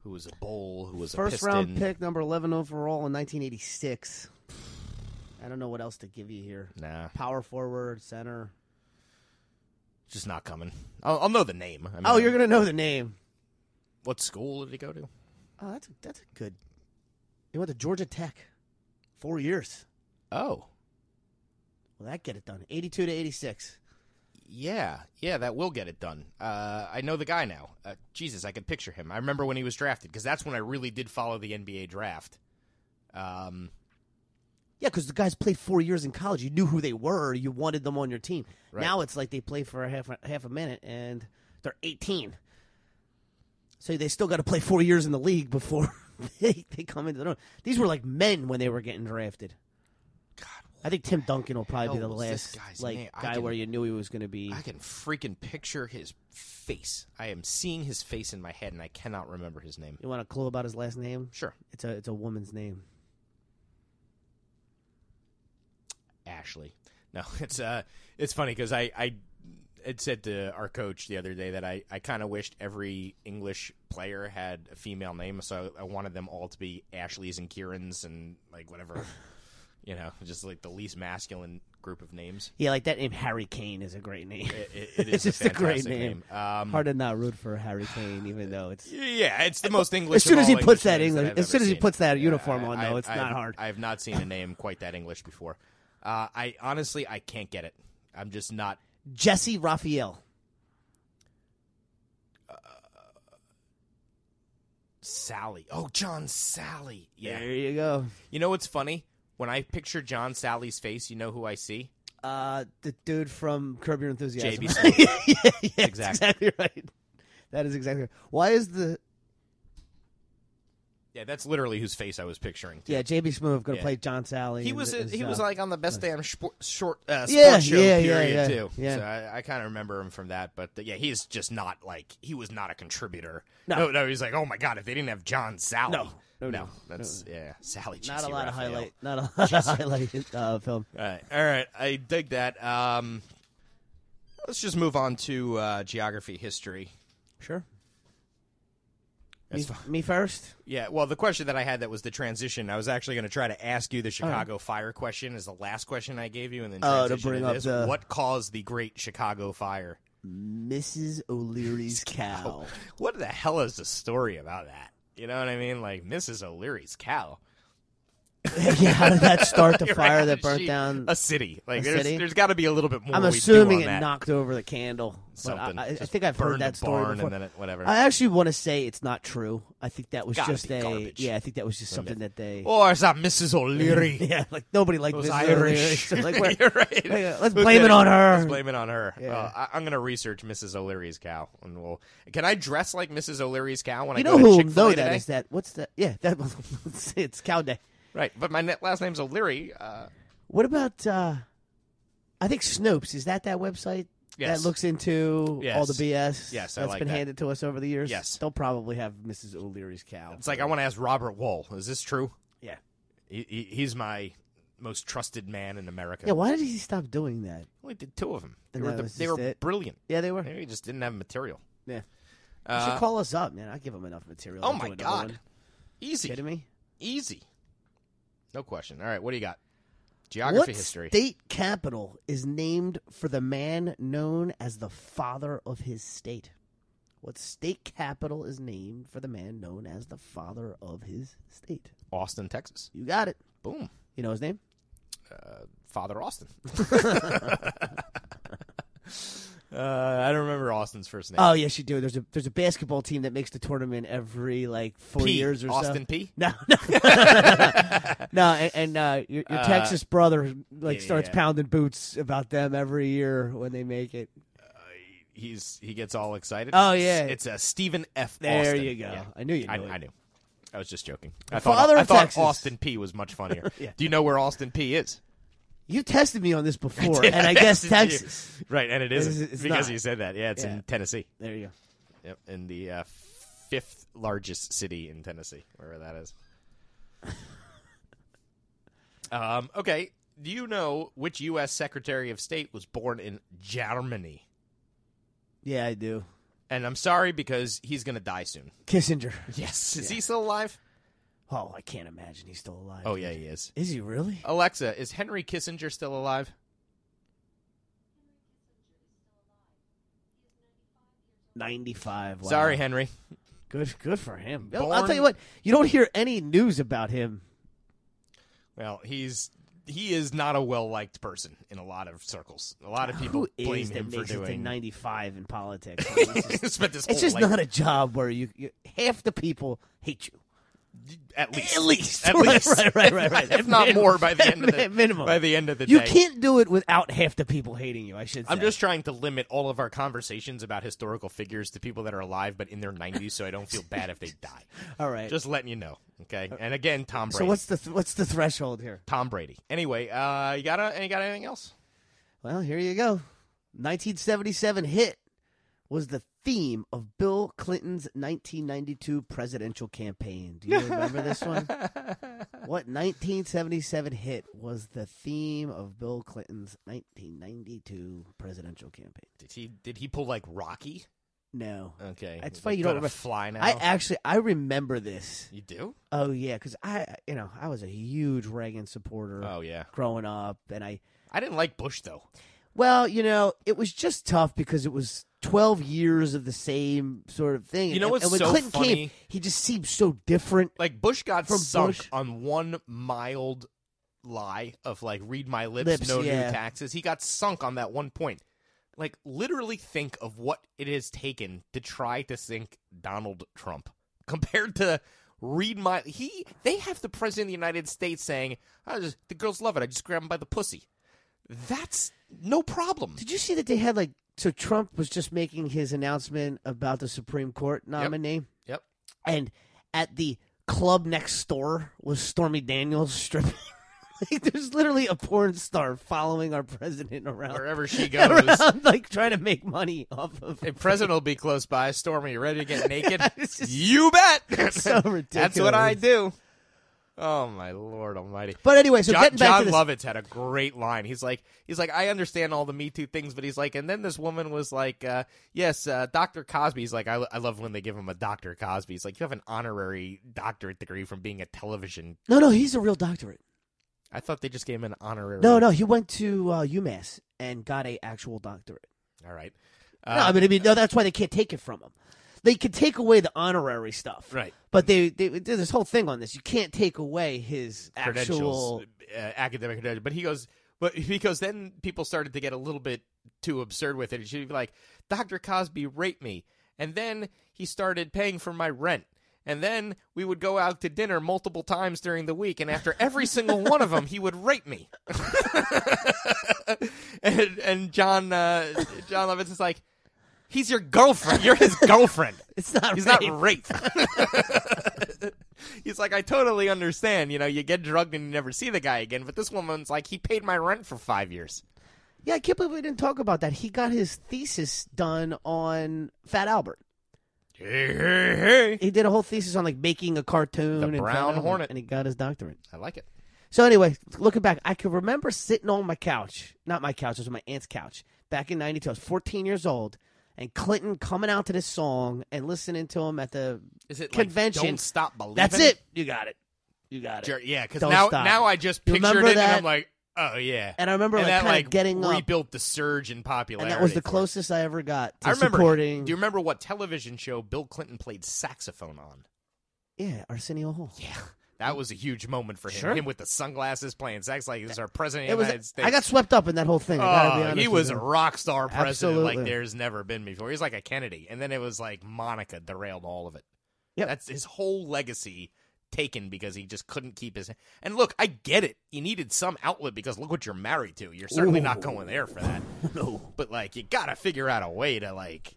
who was a Bull, who was a
First
Piston.
round pick, number eleven overall in 1986. I don't know what else to give you here.
Nah,
Power forward, center.
just not coming. I'll, I'll know the name. I mean,
Oh, you're gonna know the name.
What school did he go to?
Oh, that's a, that's a good. He went to Georgia Tech, four years.
Oh,
Will that get it done? 82 to 86.
yeah, yeah, that will get it done. Uh, I know the guy now. Uh, Jesus, I could picture him. I remember when he was drafted because that's when I really did follow the NBA draft. Um,
Yeah, because the guys played four years in college. You knew who they were. You wanted them on your team.
Right.
Now it's like they play for a half a, half a minute and they're 18. So they still got to play four years in the league before they, they come into the. These were like men when they were getting drafted. I think Tim Duncan will probably be
hell
the
was Oh, this
last
guy's
like
name? I
guy where
can-
you knew he was going to be.
I can freaking picture his face. I am seeing his face in my head, and I cannot remember his name.
You want a clue about his last name?
Sure,
It's a it's a woman's name.
Ashley. No, it's uh, it's funny because I I had said to our coach the other day that I I kind of wished every English player had a female name, so I wanted them all to be Ashleys and Kierans and like whatever, you know, just like the least masculine group of names.
Yeah, like that name Harry Kane is a great name.
It, it- it is
it's just a, great
fantastic
name.
Um,
Hard to not root for Harry Kane, even though it's
Yeah, it's the most English.
as soon
of
as he
all
puts that
names
English-
I've
as
ever
soon as he
seen.
puts that uniform
I-
on,
I-
though, it's
I've-
not hard.
I've not seen a name quite that English before. Uh, I honestly, I can't get it. I'm just not.
Jesse Raphael.
Sally. Oh, John Sally. Yeah.
you go.
You know what's funny? When I picture John Sally's face, you know who I see?
Uh, the dude from Curb Your
JB
Enthusiasm. yeah,
Smoove.
yeah, that's
Exactly.
exactly right. That is exactly. Right. Why is the
Yeah, that's literally whose face I was picturing. Too.
yeah JB Smoove going to
Yeah.
play John Sally?
He
and
was
his,
he was
uh,
like on the best damn sport, short uh, sports
Yeah,
show
yeah, yeah,
period
yeah,
too.
yeah.
So I, I kind of remember him from that. But yeah, he's just not like he was not a contributor.
No.
no, he's like, oh my god, if they didn't have John Sally,
No. No, no.
that's yeah, Sally.
not a
Jesse
lot of
Raphael.
highlight, not a lot of highlight uh, film.
All right, all right, I dig that. Um, let's just move on to uh, geography history.
Sure. Me,
That's fine.
me first.
Yeah, well, the question that I had that was the transition. I was actually going to try to ask you the Chicago Fire question as the last question I gave you, and then
Oh, to
transition
bring up
this.
the-
what caused the Great Chicago Fire?
Mrs. O'Leary's cow.
What the hell is the story about that? You know what I mean? Like Mrs. O'Leary's cow.
yeah, how did that start? The
Right?
fire that burnt
She-
down
a city. Like
a
there's
city?
there's got to be a little bit more.
I'm
we do
assuming
on
it
that.
knocked over the candle. But I-
Something.
I, I
Just
think I've heard
burned
that
a
story
barn
before.
and then it- whatever.
I actually want to say it's not true. I think that was
Gotta
just
be
a
garbage.
yeah. I think that was just something that they
Or is that Oh, Mrs. O'Leary?
yeah like nobody liked
Those
Mrs.
Irish.
O'Leary. So, like, we're-
You're right.
like, uh, let's
Who
blame
did
it on her.
Let's blame it on her.
Yeah.
Uh, I, I'm gonna research Mrs. O'Leary's cow, and we'll. Can I dress like Mrs. O'Leary's cow when
you
I
know
go
who
to
will
Chick-fil-A
know
today?
that is that what's that? Yeah, that was it's- it's Cow Day.
Right, but my net last name's O'Leary. Uh,
What about? uh I think Snopes is that that website.
Yes.
That looks into all
Yes.
the BS
Yes, I
that's
like
been
that.
handed to us over the years.
Yes.
they'll probably have Mrs. O'Leary's cow.
it's like I want to ask Robert Wool. Is this true?
yeah,
He, he, he's my most trusted man in America.
yeah. Why did he stop doing that?
we did two of them. They
And
were
that
the,
was
they
just
were
it?
brilliant.
Yeah, they were.
Maybe he just didn't have material.
Yeah. You should
Uh,
call us up, man. I give them enough material.
oh
They'll
my
do another
god,
one.
easy,
kidding me?
easy, no question. All right, what do you got? Geography
What
history.
state capital is named for the man known as the father of his state? What state capital is named for the man known as the father of his state?
Austin, Texas.
You got it.
Boom.
You know his name?
Father Austin. uh, I don't remember Austin's first name.
Oh yes, you do. There's a there's a basketball team that makes the tournament every like four
P.
years or
Austin
so.
P?
No, no, no. And, and uh, your, your Texas brother like
yeah,
starts
yeah.
pounding boots about them every year when they make it.
He's he gets all excited.
Oh,
It's-
yeah.
it's, uh, Stephen F.
There
Austin.
you go. I knew you
I,
knew it.
I knew. I was just joking. I thought
father
I
of
thought
Texas.
Austin P was much funnier. Do you know where Austin P is?
You tested me on this before, and I guess Texas.
right, and it isn't
it's
because
not.
you said that. Yeah, it's
Yeah.
in Tennessee.
There you go.
Yep, in the uh, fifth largest city in Tennessee, wherever that is. um, okay, do you know which U.S. Secretary of State was born in Germany?
Yeah, I do.
And I'm sorry because he's going to die soon.
Kissinger.
Yes, is he still alive?
Oh, I can't imagine he's still alive.
Oh yeah, he is.
Is he really?
Alexa, is Henry Kissinger still alive?
Ninety-five. Wow.
Sorry, Henry.
Good, good for him. I'll
Born-
tell you what. You don't hear any news about him.
Well, he's he is not a well liked person in a lot of circles. A lot of people
Who
blame
is that
him for
makes it to
doing.
95 in politics. I mean, it's just,
Spent his
it's
whole
just
life-
not a job where you, you half the people hate you.
at least,
At least,
at
right,
least,
right, right, right, right.
if not
Minimum.
more by the end of the
minimum.
By the end of the
You
day,
can't do it without half the people hating you. I should. Say.
I'm just trying to limit all of our conversations about historical figures to people that are alive but in their 90s, so I don't feel bad if they die.
all right.
Just letting you know, okay? And again, Tom Brady.
Uh, so what's the th- what's the threshold here?
Tom Brady? Anyway, uh, you got a, you got anything else?
Well, here you go. 1977 hit was the theme of Bill Clinton's 1992 presidential campaign. Do you remember this one? What 1977 hit was the theme of Bill Clinton's 1992 presidential campaign?
Did he did he pull like Rocky?
No.
Okay,
That's
We've
funny. You
got
don't
a
remember.
fly now.
I actually I remember this.
you do?
Oh yeah, because I you know I was a huge Reagan supporter
Oh yeah.
growing up, and I
I didn't like Bush though.
Well, you know, it was just tough because it was 12 years of the same sort of thing.
You know
and,
what's
and when
so
Clinton came,
funny?
he just seemed so different.
Like Bush got
From
sunk
Bush.
on one mild lie of like read my lips,
Lips,
no
yeah.
new taxes. He got sunk on that one point. Like literally think of what it has taken to try to sink Donald Trump compared to read my he they have the president of the United States saying, I just the girls love it, I just grab him by the pussy. That's no problem.
Did you see that they had like so Trump was just making his announcement about the Supreme Court nominee
Yep.
and at the club next door was Stormy Daniels stripping. like there's literally a porn star following our president around.
Wherever she goes.
Around, like trying to make money off of
The president will be close by. Stormy, you ready to get naked?
It's just
you bet.
so
That's what I do.
ridiculous.
Oh my lord almighty.
But anyway, so
John,
getting back
John
to this,
Lovitz had a great line. He's like, he's like, I understand all the Me Too things, but he's like, and then this woman was like, uh, yes, uh, Doctor Cosby's like, I, I love when they give him a Doctor Cosby. He's like, you have an honorary doctorate degree from being a television.
No, no, he's a real doctorate.
I thought they just gave him an honorary.
No, no, he went to uh, UMass and got a actual doctorate.
All right.
no,
Uh,
I mean, I mean, no, that's why they can't take it from him. They could take away the honorary stuff,
Right.
But they, they there's this whole thing on this. You can't take away his actual.
credentials, uh, academic credentials. But he goes, but because then people started to get a little bit too absurd with it. She'd be like, Dr. Cosby raped me. And then he started paying for my rent. And then we would go out to dinner multiple times during the week. And after every single one of them, he would rape me. and, and John, uh, John Lovitz is like, he's your girlfriend. You're his girlfriend.
It's not.
He's
rape.
not rape. He's like, I totally understand. You know, you get drugged and you never see the guy again. But this woman's like, he paid my rent for five years.
Yeah, I can't believe we didn't talk about that. He got his thesis done on Fat Albert.
Hey, hey, hey.
He did a whole thesis on like making a cartoon,
The
and Fat
Brown
Albert,
Hornet.
and he got his doctorate.
I like it.
So anyway, looking back, I can remember sitting on my couch, not my couch, it was my aunt's couch, back in 92. I was 14 years old, and Clinton coming out to this song and listening to him at the
Is it like,
convention.
Don't stop believing.
That's it. You got it. You got it.
Jer- Yeah, because
Don't
now,
Stop.
now I just
You
pictured
remember
it and
that?
I'm like, oh yeah.
And I remember, like,
that
kinda
like
getting up.
rebuilt the surge in
and
popularity.
that was the
for it.
closest I ever got to
I remember.
supporting.
Do you remember what television show Bill Clinton played saxophone on?
yeah, Arsenio Hall.
Yeah, That was a huge moment for him.
Sure.
Him with the sunglasses playing sax like he was our president
It
of the
was.
United States.
I got swept up in that whole thing. I gotta be
Oh,
honest
he
with
was a
you.
rock star president like
Absolutely.
there's never been before. He was like a Kennedy, and then it was like Monica derailed all of it.
Yep.
that's his whole legacy taken because he just couldn't keep his. And look, I get it. You needed some outlet because look what you're married to. You're certainly not going there for that. no, but like you gotta figure out a way to like,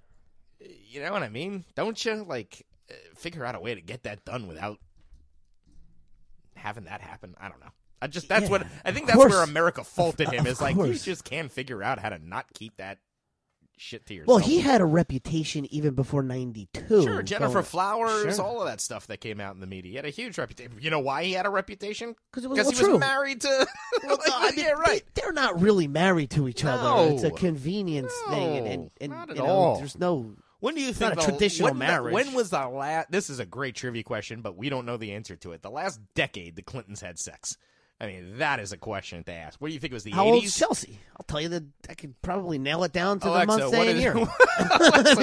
you know what I mean? Don't you like uh, figure out a way to get that done without having that happen? I don't know. I just that's what I think that's where
course.
America faulted him
of
is like
course.
you just can't figure out how to not keep that shit to yourself.
Well, he had a reputation even before '92.
Oh. sure Jennifer Flowers,
Sure.
all of that stuff that came out in the media. He had a huge reputation. You know why he had a reputation?
'Cause it was-
he
well,
was
true.
married to.
Well, no, I mean,
yeah, right.
They, are not really married to each other. It's a
No.
convenience thing, and, and,
No,
and
not at
you know,
all.
there's no.
When do you
not
think
a
the-
traditional
when the-
marriage.
when was the last? This is a great trivia question, but we don't know the answer to it. The last decade the Clintons had sex. I mean, that is a question to ask. What do you think it was the
How old's
eighties?
Chelsea? I'll tell you that I could probably nail it down to
Alexa,
the month,
what
day, and
is-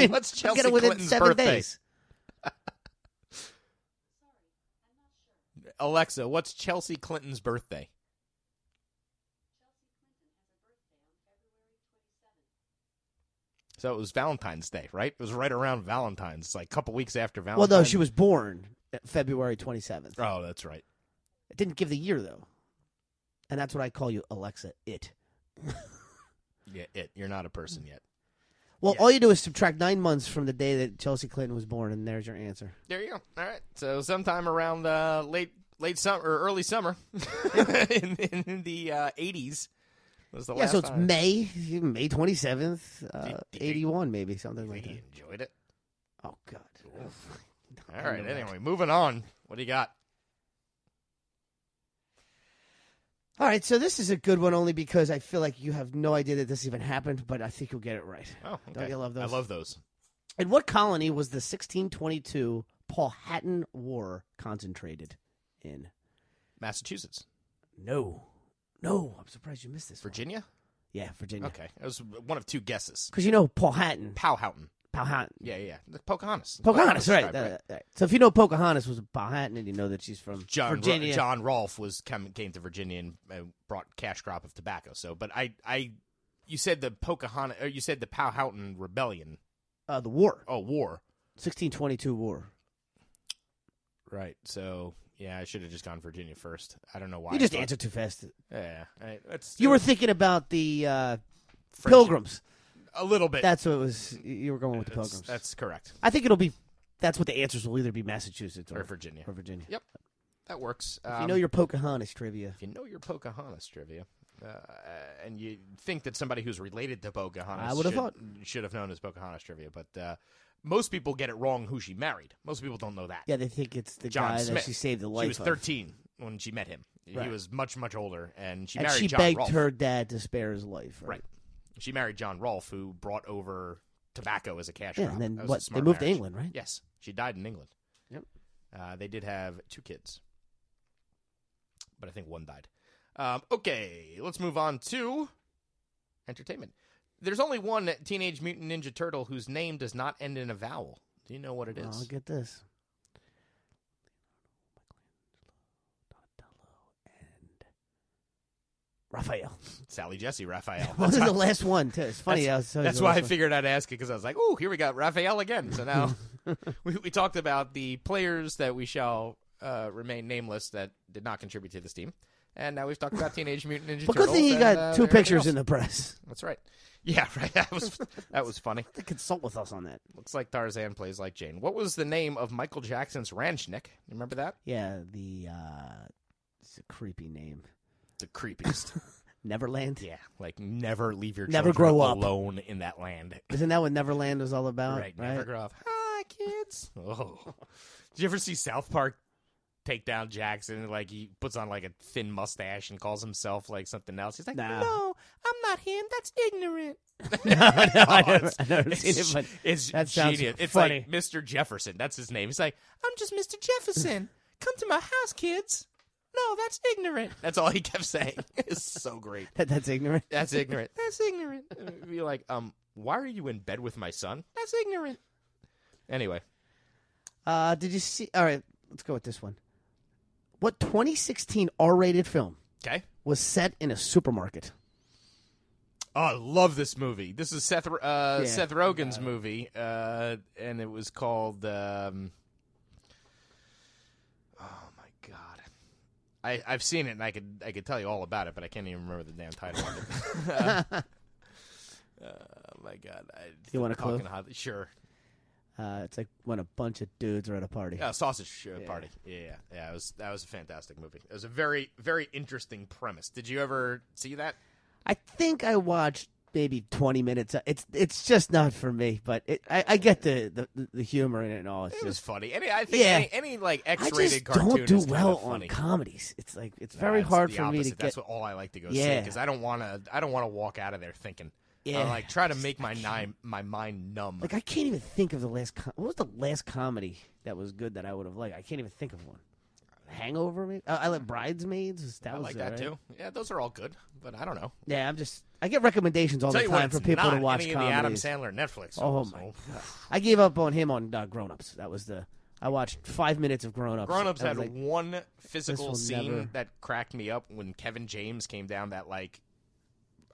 Alexa,
year.
what's
I'll
Chelsea
get it within
Clinton's
seven
birthday?
days.
Alexa, what's Chelsea Clinton's birthday? So it was Valentine's Day, right? It was right around Valentine's, It's like a couple weeks after
Well,
Valentine's.
no, she was born February 27th.
Oh, that's right.
It didn't give the year though, and that's what I call you, Alexa. It.
Yeah, it. You're not a person yet.
Well, all you do is subtract nine months from the day that Chelsea Clinton was born, and there's your answer.
There you go. All right. So sometime around uh, late late summer or early summer in, in, the uh, 80s was the
yeah,
last
so it's
time.
May, May 27th, uh,
Did- did-
81, maybe something like that.
He enjoyed it.
Oh God.
All right. Anyway, moving on. What do you got?
All right, so this is a good one only because I feel like you have no idea that this even happened, but I think you'll get it right.
Oh, okay.
Don't you love
I
those?
love those.
In what colony was the 1622 Powhatan War concentrated in?
Massachusetts,
No. No, I'm surprised you missed this. one.
Virginia.
Yeah, Virginia.
Okay, that was one of two guesses.
Because you know Powhatan.
Powhatan.
Powhatan.
Yeah, yeah, yeah. The Pocahontas.
Pocahontas, right.
tribe,
that- right. So if you know Pocahontas was a Powhatan and you know that she's from
John Ro-
Virginia.
John Rolfe was come, came to Virginia and uh, brought cash crop of tobacco. So, but I, I, you said the Pocahontas, or you said the Powhatan rebellion.
Uh, the war.
Oh, war.
1622 war.
Right. So, yeah, I should have just gone Virginia first. I don't know why.
You
I
just
thought-
answered too fast.
Yeah. all right, that's-
You were thinking about the uh,
French-
pilgrims.
A little bit.
That's what it was. You were going with the
That's-
pilgrims.
that's correct.
I think it'll be. That's what the answers will either be Massachusetts or,
Or Virginia.
Or Virginia.
Yep. That works.
If
Um,
you know your Pocahontas trivia.
if you know your Pocahontas trivia, uh, and you think that somebody who's related to Pocahontas
I would have
should,
thought.
should have known his Pocahontas trivia, but uh, most people get it wrong who she married. Most people don't know that.
Yeah, they think it's the
John
guy
Smith.
that she saved the life
She was
of.
13 when she met him. He
Right.
was much much older, and she
And
married
she
John
begged
Rolfe.
her dad to spare his life.
Right. She married John Rolfe, who brought over tobacco as a cash
Yeah,
crop.
and then
That was a
what? They
smart
moved to
marriage.
England, right?
Yes, she died in England.
Yep.
Uh, they did have two kids, but I think one died. Um, okay, let's move on to entertainment. There's only one Teenage Mutant Ninja Turtle whose name does not end in a vowel. Do you know what it is?
I'll get this. Raphael.
Sally Jesse Raphael.
Well,
That's
this is
why-
the last one, too. It's funny. I was telling you
That's
the
why
last
I
one.
figured I'd ask it because I was like, "Oh, here we got Raphael again." So now we, we talked about the players that we shall uh, remain nameless that did not contribute to this team, and now we've talked about Teenage Mutant Ninja
But
Turtles.
good thing you
and,
got
uh,
two
everything
pictures
else.
in the press.
That's right. Yeah, right. That was that was funny.
To consult with us on that.
Looks like Tarzan plays like Jane. What was the name of Michael Jackson's ranch, Nick? You Remember that?
Yeah, the uh, it's a creepy name.
The creepiest.
Neverland.
yeah, like never leave your
Never
children
grow up.
alone in that land.
Isn't that what Neverland was all about?
right, never grow up. Hi, kids. Oh, did you ever see South Park take down Jackson? Like he puts on like a thin mustache and calls himself like something else. He's like,
Nah.
no, I'm not him. That's ignorant.
no, no, I
Oh,
never,
it's-
I never seen
it's-
it, but
it's
that sounds
genius. It's
funny.
like Mr. Jefferson. That's his name. He's like, I'm just Mr. Jefferson. Come to my house, kids. No, that's ignorant. That's all he kept saying. It's so great.
that, that's ignorant.
That's ignorant. That's ignorant. Uh, Be like, um, why are you in bed with my son? That's ignorant. Anyway,
Uh, did you see? All right, let's go with this one. What 2016 R-rated film
Okay.
was set in a supermarket?
Oh, I love this movie. This is Seth uh,
Yeah,
Seth Rogen's movie, uh, and it was called. Um... Oh my god, I I've seen it, and I could I could tell you all about it, but I can't even remember the damn title of it. uh, oh my god, I,
You want a clue?
talking Hot, sure.
Uh, it's like when a bunch of dudes are at a party.
Uh, sausage uh, party. Yeah, yeah, yeah. It was that was a fantastic movie. It was a very very interesting premise. Did you ever see that?
I think I watched maybe 20 minutes. It's it's just not for me, but it, I, I get the, the the humor in it and all. It's
It was
just
funny. Any I think
Yeah.
any, any like
I
X
just
rated cartoon
don't do
is kinda
well on
funny.
comedies. It's like it's very
That's
hard
the
for me to
opposite. That's
get.
what all I like to go see
Yeah.
because I don't want to. I don't want to walk out of there thinking. I
Yeah.
like try to make my ni- my mind numb.
Like I can't even think of the last. Com- what was the last comedy that was good that I would have liked? I can't even think of one. Hangover, maybe. Uh, I like Bridesmaids. was- That
I
was
like
all
that
right.
too. Yeah, those are all good, but I don't know.
Yeah, I'm just. I get recommendations all
Tell
the
you what,
time
it's
for people
not
to watch
any
comedies.
of the Adam Sandler Netflix.
Oh,
shows,
my
so-
I gave up on him on uh, Grown Ups. That was the. I watched five minutes of Grown Ups.
Grown Ups
I was
had
like,
one physical
will
scene
never-
that cracked me up when Kevin James came down that like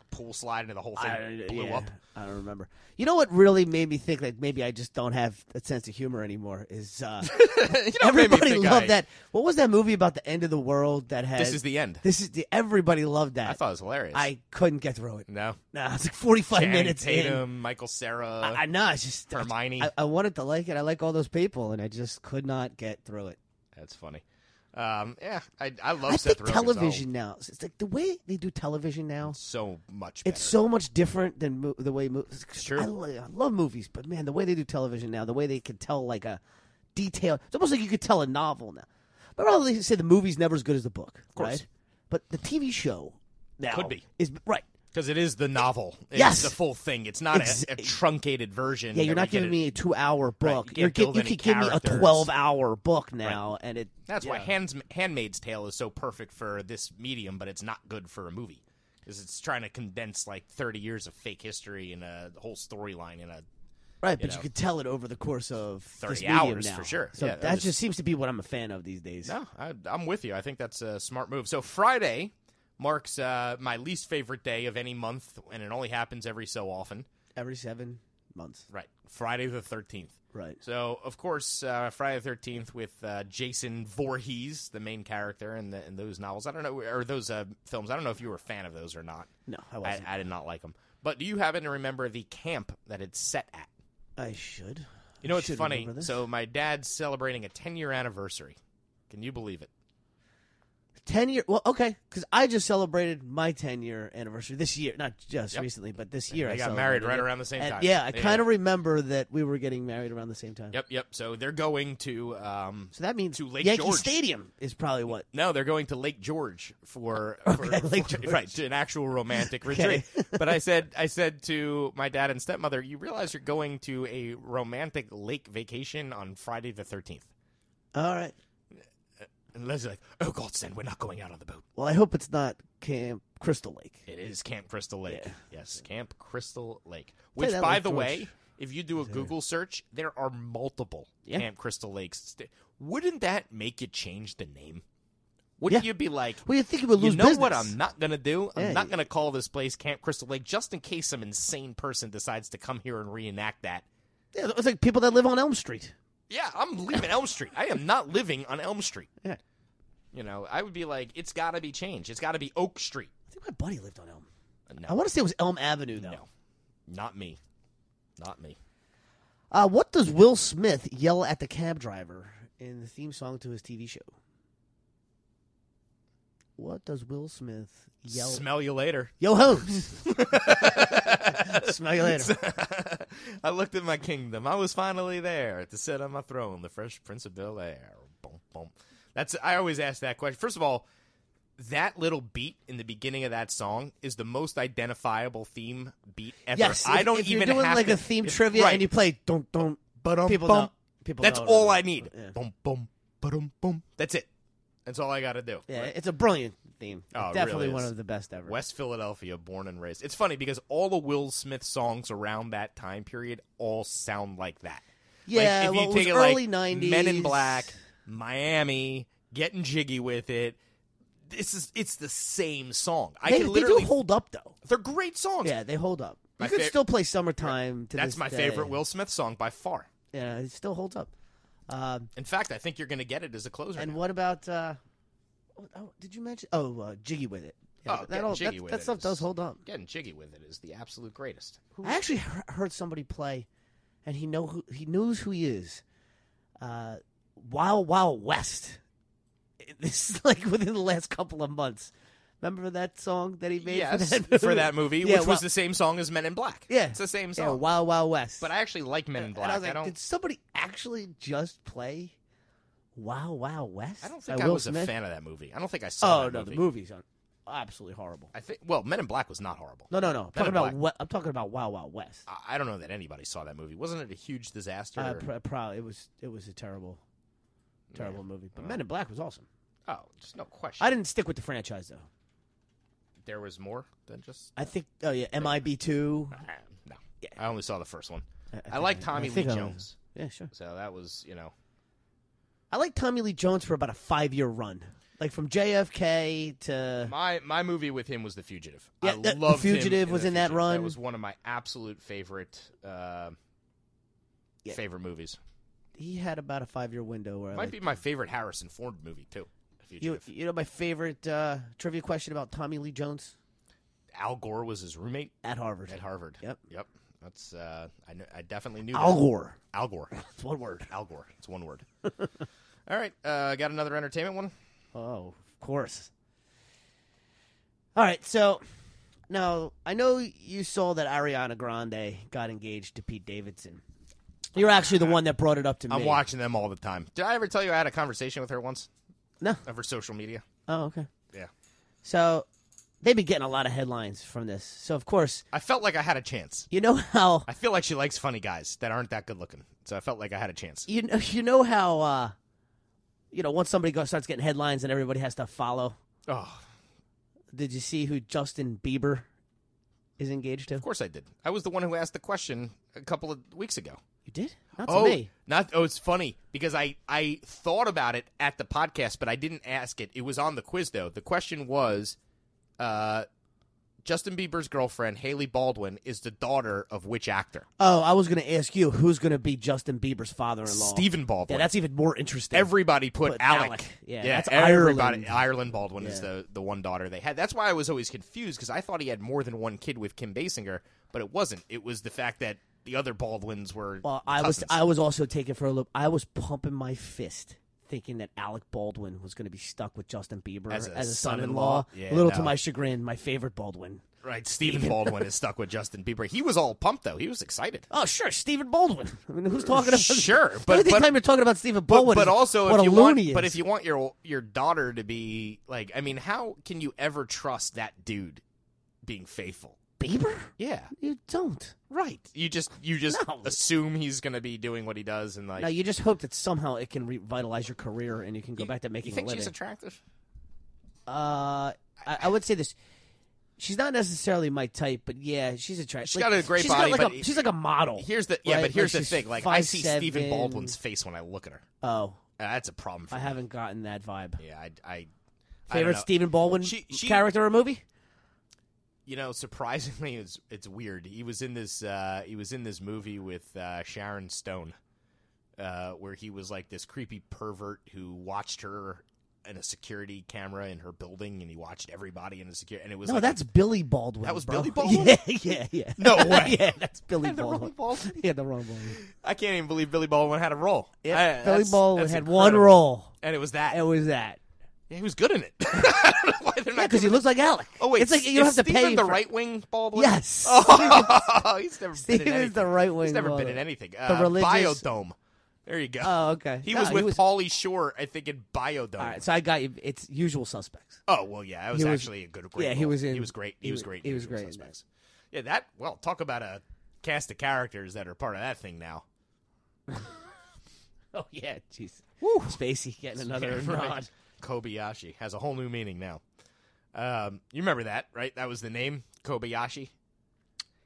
pool slide and the whole thing
I,
blew
yeah,
up.
I don't remember. You know what really made me think that maybe I just don't have a sense of humor anymore is uh,
You know, made
everybody
me think
loved
I-
that. What was that movie about the end of the world that had?
This is the end.
This is the everybody loved that.
I thought it was hilarious.
I couldn't get through it.
no.
Nah, it's like forty five
Channing
minutes in.
Tatum, Michael Sarah.
I know. It's just I-
Hermione.
I, I wanted to like it. I like all those people, and I just could not get through it.
That's funny. Um, yeah, I, I love
I
Seth
think
Rogen's
television
all
now. It's like the way they do television now.
so much. Better.
It's so much different than mo- the way movies.
true.
I, li- I love movies, but man, the way they do television now, the way they can tell like a detail. It's almost like you could tell a novel now. But all they say the movie's never as good as the book, of
course.
right? But the TV show now
Could be.
is right.
because it is the novel. It's
Yes.
the full thing. It's not
Ex-
a, a truncated version.
Yeah,
that
you're
we
not
get
giving
it-
me a two-hour book.
you can't
You're gi-
build
you
any
could give me a
characters.
twelve-hour book now, and it.
That's why
yeah.
Hands, Handmaid's Tale is so perfect for this medium, but it's not good for a movie because it's trying to condense like 30 years of fake history and a whole storyline in a.
Right, but
know.
you could tell it over the course of
30
this medium
hours,
now.
for sure.
So
Yeah,
that
that was-
just seems to be what I'm a fan of these days.
No, I, I'm with you. I think that's a smart move. So Friday marks uh, my least favorite day of any month, and it only happens every so often.
Every seven months,
Right, Friday the 13th.
right?
So, of course, uh, Friday the Thirteenth with uh, Jason Voorhees, the main character in, the, in those novels. I don't know, or those uh, films. I don't know if you were a fan of those or not.
No, I
I,
wasn't.
I did not like them. But do you happen to remember the camp that it's set at?
I should.
You know,
I
it's
should
funny.
remember this.
So, my dad's celebrating a ten-year anniversary. Can you believe it?
ten year. Well, okay, because I just celebrated my ten year anniversary this year, not just
Yep.
recently, but this year.
they
I
got married
celebrated
right
it.
around the same
And,
time.
Yeah, I
Yeah.
kind of remember that we were getting married around the same time.
Yep, yep. So they're going to. Um,
So that means
To Lake
Yankee
George.
Stadium is probably what.
no, they're going to Lake George for, for-
Lake
for-
George.
right to an actual romantic
Okay.
retreat. but I said I said to my dad and stepmother, "You realize you're going to a romantic lake vacation on Friday the 13th."
All right.
And Leslie's like, "Oh God, send we're not going out on the boat.
Well, I hope it's not Camp Crystal Lake.
It is Camp Crystal Lake. Yes, Camp Crystal Lake.
Tell you
Which,
that
by
Lake
the
George-
way, if you do a Google search, there are multiple
Yeah.
Camp Crystal Lakes. St- Wouldn't that make you change the name? Wouldn't
Yeah.
you be like,
Well, you think it would lose
you know
business.
what I'm not gonna do? I'm
Yeah,
not
you-
gonna call this place Camp Crystal Lake just in case some insane person decides to come here and reenact that.
Yeah, it's like people that live on Elm Street.
Yeah, I'm leaving Elm Street. I am not living on Elm Street.
Yeah.
You know, I would be like, it's gotta be changed. It's gotta be Oak Street. Uh,
I think my buddy lived on Elm.
No.
I want to say it was Elm Avenue, though.
No. Not me. Not me.
Uh, what does Will Smith yell at the cab driver in the theme song to his TV show? What does Will Smith yell?
Smell you later.
Yo hoes. Smell you later.
I looked at my kingdom. I was finally there to sit on my throne, the fresh prince of Bel Air. Boom, boom. That's I always ask that question. First of all, that little beat in the beginning of that song is the most identifiable theme beat ever.
Yes,
I
if-
don't
if
even
you're doing
have
like
to,
a theme
if-
trivia
right.
and you play don't don't but
Ba-dum,
people
bum.
know people.
That's
know it
all
or
I
not.
need.
Yeah.
Boom, boom, ba-dum, boom. That's it. That's all I got to do.
Yeah, it's a brilliant theme.
Oh, it really
Definitely one
is.
of the best ever.
West Philadelphia, born and raised. It's funny because all of Will Smith's songs around that time period all sound like that.
Yeah,
like, if
well,
you
it
take
was
it
early
like Men in
90s.
Black, Miami, getting jiggy with it. This is it's the same song. I
they,
can
they do
literally
hold up though.
they're great songs.
Yeah, they hold up.
My
you could
fav-
still play "Summertime." To
That's
this
my
day.
favorite Will Smith song by far.
Yeah, it still holds up. Um,
In fact, I think you're going to get it as a closer.
and
now.
what about? Uh, oh, did you mention? Oh, uh, "Jiggy with It."
Oh,
that,
getting
all-
jiggy
that,
with
that
it
stuff does
is-
hold up.
Getting jiggy with it is the absolute greatest.
I actually he- heard somebody play, and he know who he knows who he is. Uh, Wild Wild West. This is like within the last couple of months. Remember that song that he made
yes,
for that movie,
movie,
Yeah,
which
Wi-
was the same song as Men in Black.
yeah,
it's the same
yeah,
song.
Wild Wild West.
But I actually like Men in Black.
And I
I,
was like,
don't.
did somebody actually just play Wow Wow West?
I don't
by
think I
Will
was
Smith?
a fan of that movie. I don't think I saw.
Oh
that
no,
movie.
the movie's are absolutely horrible.
I think. Well, Men in Black was not horrible.
No, no, no. I'm talking
in
about
Black. Ah,
what, I'm talking about Wow Wow West.
I- I don't know that anybody saw that movie. Wasn't it a huge disaster?
Uh,
or-
pr- probably it was it was a terrible, terrible movie. But Men in Black was awesome.
oh, just no question.
I didn't stick with the franchise though.
There was more than just.
I think oh yeah, MIB two.
Uh, no, I only saw the first one. I, like Tommy Lee
I think I-
Jones,
Yeah, sure.
so that was you know.
I like Tommy Lee Jones for about a five year run, like from JFK to
My my movie with him was The Fugitive.
Yeah,
I
that- The
loved him
Fugitive was
The
in that
Fugitive.
run.
That was one of my absolute favorite uh,
Yeah.
favorite movies.
he had about a five year window where I
Might
liked
be my favorite Harrison Ford movie too. The
You,
Fugitive.
you know my favorite uh, trivia question about Tommy Lee Jones
Al Gore was his roommate
at Harvard.
at Harvard.
Yep.
Yep. That's uh, I kn- I definitely knew
Al
that.
Gore.
Al Gore.
It's one word.
Al Gore. It's one word. All right. Uh, got another entertainment one.
Oh, of course. All right, so now I know you saw that Ariana Grande got engaged to Pete Davidson. You're actually the one that brought it up to me.
I'm watching them all the time. Did I ever tell you I had a conversation with her once
No.
over social media?
Oh, okay.
Yeah.
So they've been getting a lot of headlines from this. So of course,
I felt like I had a chance.
you know how
I feel like she likes funny guys that aren't that good looking. So I felt like I had a chance.
you know you know how uh, you know once somebody goes, starts getting headlines and everybody has to follow.
Oh,
Did you see who Justin Bieber is engaged to?
of course I did. I was the one who asked the question a couple of weeks ago.
You did? Not
oh,
to me.
not oh, it's funny because I I thought about it at the podcast, but I didn't ask it. It was on the quiz though. The question was, uh, Justin Bieber's girlfriend Haley Baldwin is the daughter of which actor?
Oh, I was going to ask you who's going to be Justin Bieber's father-in-law.
Stephen Baldwin.
Yeah, that's even more interesting.
Everybody put,
Put
Alec.
Alec. Yeah, that's
everybody.
Ireland.
Ireland, Baldwin is
Yeah.
the, the one daughter they had. That's why I was always confused because I thought he had more than one kid with Kim Basinger, but it wasn't. It was the fact that the other Baldwins were.
Well, I was
cousins.
I was also taken for a loop. I was pumping my fist thinking that Alec Baldwin was going to be stuck with Justin Bieber
As a
son-in-law.
son-in-law? Yeah,
Little to
no.
my chagrin, my favorite Baldwin.
Right, Stephen Baldwin is stuck with Justin Bieber. He was all pumped though; he was excited.
Oh, sure, Stephen Baldwin. I mean, who's talking about
Sure,
The
but-
only
but-
time you're talking about Stephen
But,
Baldwin.
but
is
also,
what
if
a
you
loony
want,
he
but
is.
if you want your your daughter to be like, I mean, how can you ever trust that dude being faithful?
Bieber,
Yeah,
you don't.
right. You just you just
No.
assume he's going to be doing what he does, and like,
Now you just hope that somehow it can revitalize your career and you can go back to making
you think
a living.
she's attractive?
Uh, I, I would say this. She's not necessarily my type, but yeah, she's attractive.
She's got a great
she's
body,
Got like
but-
a, she's like a model.
Here's the yeah,
right?
but here's
Like,
the
she's
thing. Like, I see
5'7".
Stephen Baldwin's face when I look at her.
Oh,
Uh, that's a problem for
I
me.
haven't gotten that vibe.
Yeah, I, I I don't
Favorite
know.
Stephen Baldwin
She- she-
character or movie?
you know surprisingly it's it's weird he was in this uh he was in this movie with uh sharon stone uh where he was like this creepy pervert who watched her in a security camera in her building and he watched everybody in the security and it was
No,
like
that's Billy Baldwin.
That was
bro.
Billy Baldwin?
Yeah, yeah, yeah.
No way.
yeah, that's Billy
the
Baldwin.
wrong Baldwin.
Yeah, the wrong Baldwin.
i can't even believe billy baldwin had a role I-
Yeah, Billy
that's-
Baldwin
that's
had
incredible.
one role.
and it was that
It was that.
he was good in it I don't know why they're
Yeah,
not
because he
giving-
looks like Alec.
oh wait
it's like you
is
don't have to
Stephen
pay
the
for-
right wing baldwin
Yes.
oh he's never been in
Stephen is the
anything.
right wing.
He's never been
Baldwin.
in anything.
The
Uh,
religious-
Biodome. There you go.
Oh, okay.
He
No,
was
he
with
was-
Paulie Shore, I think, in Biodome.
All right, so I got you. It's Usual Suspects.
oh well, yeah, that was,
was-
actually a good. Great
yeah, he
role.
was in-
He was great. He,
he
was
wa-
great.
he
in
was
Usual
great in that.
Suspects. Yeah, that. Well, talk about a cast of characters that are part of that thing now.
Oh yeah, jeez. Spacey getting another
Yeah, right.
nod.
Kobayashi has a whole new meaning now. Um, you remember that, right? That was the name Kobayashi.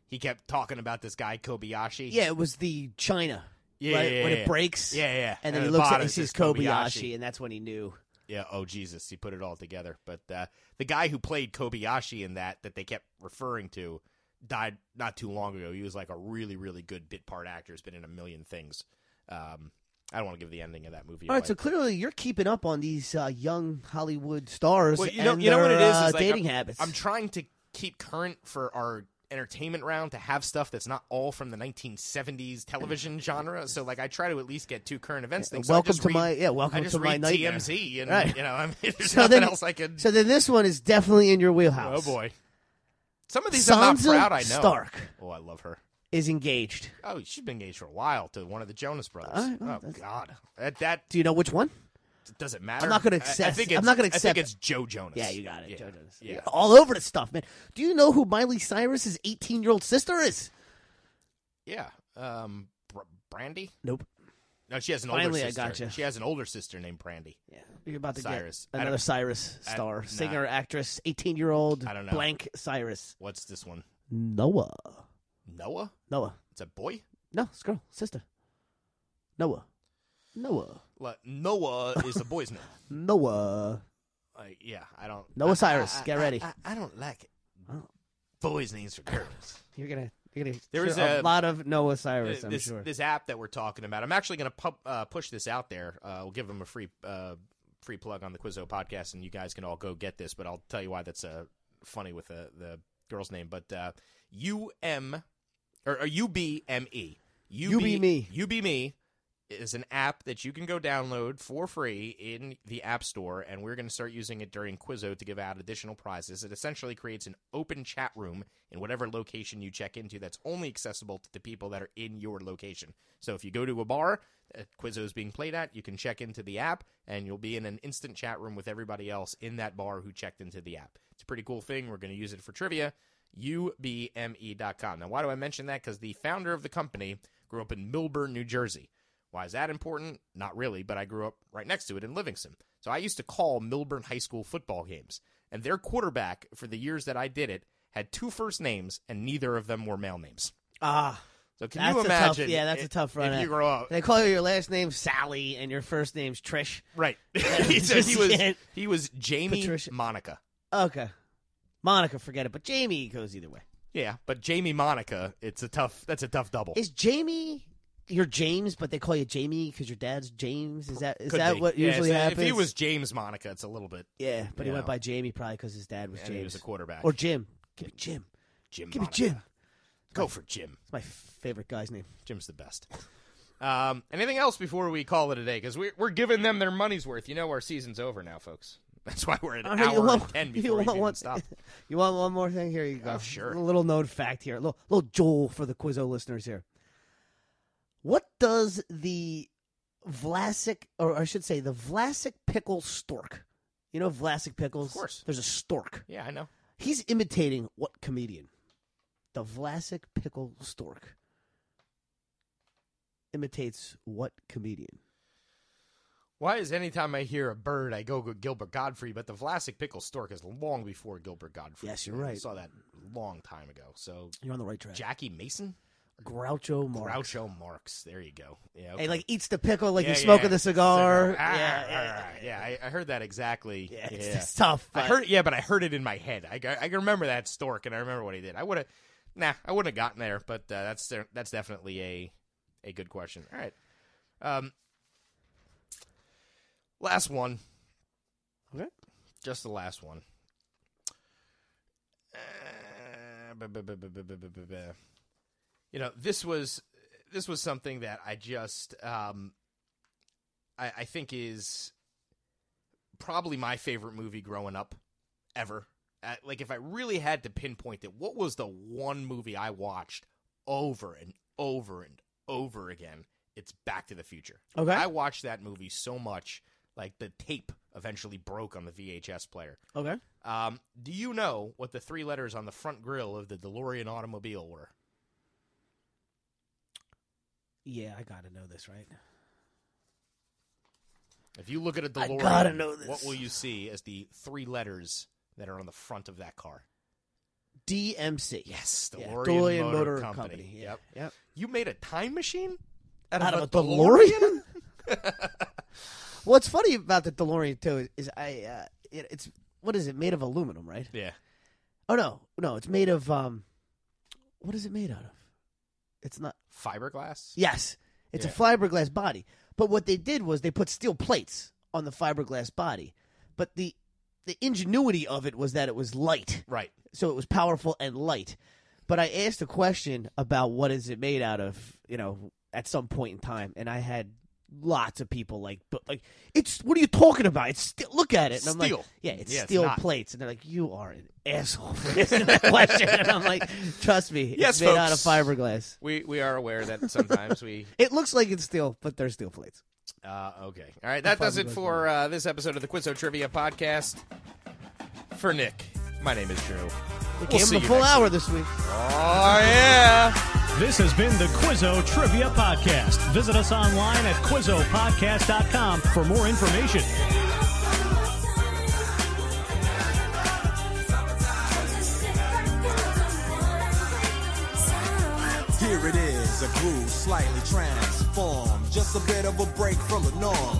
He kept talking about this guy Kobayashi.
Yeah, it was the China.
Yeah,
right?
yeah,
when
yeah.
it breaks.
Yeah, yeah.
And then
At
he
the
looks at
bottom
he
it
sees
says Kobayashi.
Kobayashi, and that's when he knew.
yeah, oh Jesus, he put it all together. But uh, the guy who played Kobayashi in that that they kept referring to died not too long ago. He was like a really really good bit part actor. Has been in a million things. Um, I don't want to give the ending of that movie.
All right,
away.
so clearly you're keeping up on these uh, young Hollywood stars
Well, you know,
and
you know what it
their,
is,
uh,
is like
dating
I'm,
habits.
I'm trying to keep current for our entertainment round to have stuff that's not all from the 1970s television genre. So like I try to at least get two current events things. So I
welcome
just
to
read-
my- Mm. yeah, welcome
I just
to my
read
nightmare.
TMZ, and
Right.
you know, I mean, there's
so
nothing
then,
else I can.
so then this one is definitely in your wheelhouse.
oh boy, some of these
Sansa
I'm not proud. I know.
Stark.
Oh, I love her.
is engaged.
Oh, she's been engaged for a while to one of the Jonas Brothers.
All right, Uh, well,
oh
that's-
God, that that
Do you know which one?
doesn't matter.
I'm not gonna
I- I,
accept-
think
I'm
it's-
not gonna
I
accept
think
it.
it's Joe Jonas.
Yeah, you got it.
Yeah.
Joe Jonas.
Yeah.
You're all over the stuff, man. Do you know who Miley Cyrus's 18 year old sister is?
Yeah. Um, Br- Brandy.
Nope.
No, she has an older
Finally, I
sister.
gotcha.
She has an older sister named Brandy.
Yeah, you're about to
Cyrus. I
get another
don't-
Cyrus
I-
star,
nah.
singer, actress, 18 year old
I don't know.
blank Cyrus
What's this one?
Noah.
Noah?
Noah.
It's a boy?
No, it's a girl, sister. Noah. Noah.
Like, Noah is a boy's name.
Noah.
Like, yeah, I don't.
Noah
I-
Cyrus,
I- I-
get ready.
I, I- I don't like it.
Oh.
Boys' names for girls.
You're gonna. You're gonna.
There
hear
is
a,
a-
lot of Noah
Uh,
Cyrus. I'm
this,
sure.
this app that we're talking about, I'm actually going to pu- uh, push this out there. Uh, we'll give them a free uh, free plug on the Quizzo podcast, and you guys can all go get this. But I'll tell you why that's uh, funny with the, the girl's name. But uh, UM or, or UBME.
You Be Me.
You Be Me is an app that you can go download for free in the App Store, and we're going to start using it during Quizzo to give out additional prizes. It essentially creates an open chat room in whatever location you check into that's only accessible to the people that are in your location. So if you go to a bar, that Quizzo is being played at, you can check into the app, and you'll be in an instant chat room with everybody else in that bar who checked into the app. It's a pretty cool thing. We're going to use it for trivia ubme.com. E Now, why do I mention that? Because the founder of the company grew up in Milburn, New Jersey. Why is that important? Not really, but I grew up right next to it in Livingston. So I used to call Milburn High School football games, and their quarterback for the years that I did it had two first names, and neither of them were male names.
ah,
So can
that's
you
a tough.
imagine?
Yeah, that's
if-
a tough run.
If
out.
you grow up,
They call you your last name Sally and your first name's Trish.
right? so he
Just
was
yet.
he was Jamie
Patricia.
Monica.
Okay. Monica, forget it. But Jamie goes either way.
Yeah, but Jamie Monica, it's a tough. That's a tough double.
Is Jamie you're James, but they call you Jamie because your dad's James? Is that is
Could
that
be.
what
Yeah,
usually
so
happens?
If he was James Monica, it's a little bit
yeah, but he
you
went
know.
by Jamie probably because his dad was
And
James.
he was a quarterback.
Or Jim. Give me Jim.
Jim.
Give me
Monica.
Jim.
Go for Jim.
It's my favorite guy's name.
Jim's the best. Um, anything else before we call it a day? Because we're, we're giving them their money's worth. You know our season's over now, folks. That's why we're at an
All right,
hour and ten before we even
one,
stop.
You want one more thing? Here you go.
Oh, sure.
A little known fact here. A little, little Joel for the Quizzo listeners here. What does the Vlasic, or I should say, the Vlasic pickle stork? You know Vlasic pickles.
Of course.
There's a stork.
Yeah, I know.
He's imitating what comedian? The Vlasic pickle stork imitates what comedian?
Why is anytime I hear a bird, I go with Gilbert Godfrey? But the Vlasic Pickle Stork is long before Gilbert Godfrey.
Yes, you're
I
right.
saw that a long time ago. So
You're on the right track.
Jackie Mason,
Groucho Marx.
Groucho Marx. There you go. Yeah, okay.
He like eats the pickle like
Yeah,
he's
yeah.
smoking the cigar.
Cigar. Ah,
Yeah,
ah,
yeah,
yeah, I, I heard that exactly.
yeah. It's,
Yeah.
it's tough.
I
but-
heard, yeah, but I heard it in my head. I, I can remember that stork, and I remember what he did. I would have, nah, I wouldn't have gotten there. But uh, that's there- that's definitely a a good question. All right, um, last one.
Okay.
just the last one. Uh, bu- bu- bu- bu- bu- bu- bu- bu- bu- You know, this was this was something that I just um, I, I think is probably my favorite movie growing up ever. Uh, like, if I really had to pinpoint it, what was the one movie I watched over and over and over again? It's Back to the Future.
Okay.
I watched that movie so much, like the tape eventually broke on the VHS player.
Okay.
Um, do you know what the three letters on the front grill of the DeLorean automobile were?
Yeah, I gotta know this, right?
If you look at a
I
DeLorean,
gotta know this.
what will you see as the three letters that are on the front of that car?
DMC.
Yes,
Yeah,
DeLorean,
DeLorean
Motor,
Motor
Company.
Company, yeah,
Yep.
yep.
You made a time machine
Out of a DeLorean? What's funny about the DeLorean too is I uh, it, it's what is it made of aluminum, right?
Yeah.
Oh no, no, it's made of um, what is it made out of? It's not.
Fiberglass?
Yes, it's
Yeah.
a fiberglass body. But what they did was they put steel plates on the fiberglass body. But the the ingenuity of it was that it was light,
Right.
so it was powerful and light. But I asked a question about what is it made out of, you know, at some point in time, and I had lots of people like, but like, it's what are you talking about? It's steel. Look at it, and I'm
Steel.
like, yeah, it's
Yeah, it's
steel
not.
plates, and they're like, you are an asshole for asking that question, and I'm like, trust me, it's
Yes,
made out of
folks.
fiberglass.
We we are aware that sometimes we
It looks like it's steel, but they're steel plates.
uh, okay. All right, that does it for uh, this episode of the Quizzo Trivia Podcast. For Nick, my name is Drew.
They
We'll
came
see
in a
you
full
next
hour this week.
Oh yeah.
This has been the Quizzo Trivia Podcast. Visit us online at QuizzoPodcast.com for more information.
Here it is, a groove slightly transformed. Just a bit of a break from the norm.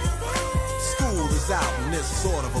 School is out and it's sort of a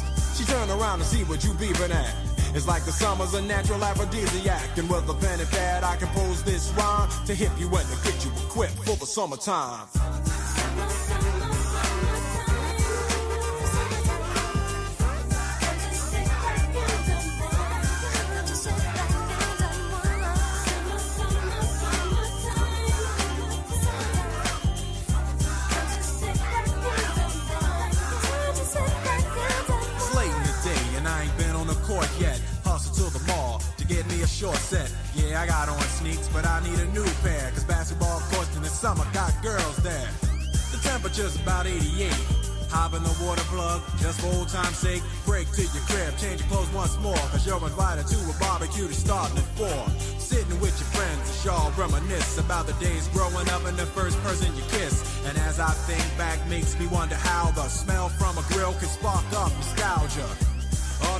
She turn around to see what you beavin' at. It's like the summer's a natural aphrodisiac. And with a pen and pad, I compose this rhyme to hip you and to get you equipped for the summertime. It's late in the day and I ain't been on the court yet. Hustle to the mall to get me a short set. Yeah, I got on sneaks, but I need a new pair. Cause basketball courts in the summer got girls there. The temperature's about 88. Hop in the water plug, just for old time's sake. Break to your crib, change your clothes once more. Cause you're invited to a barbecue to start at four. Sitting with your friends as y'all reminisce about the days growing up and the first person you kiss. And as I think back, makes me wonder how the smell from a grill can spark up nostalgia. All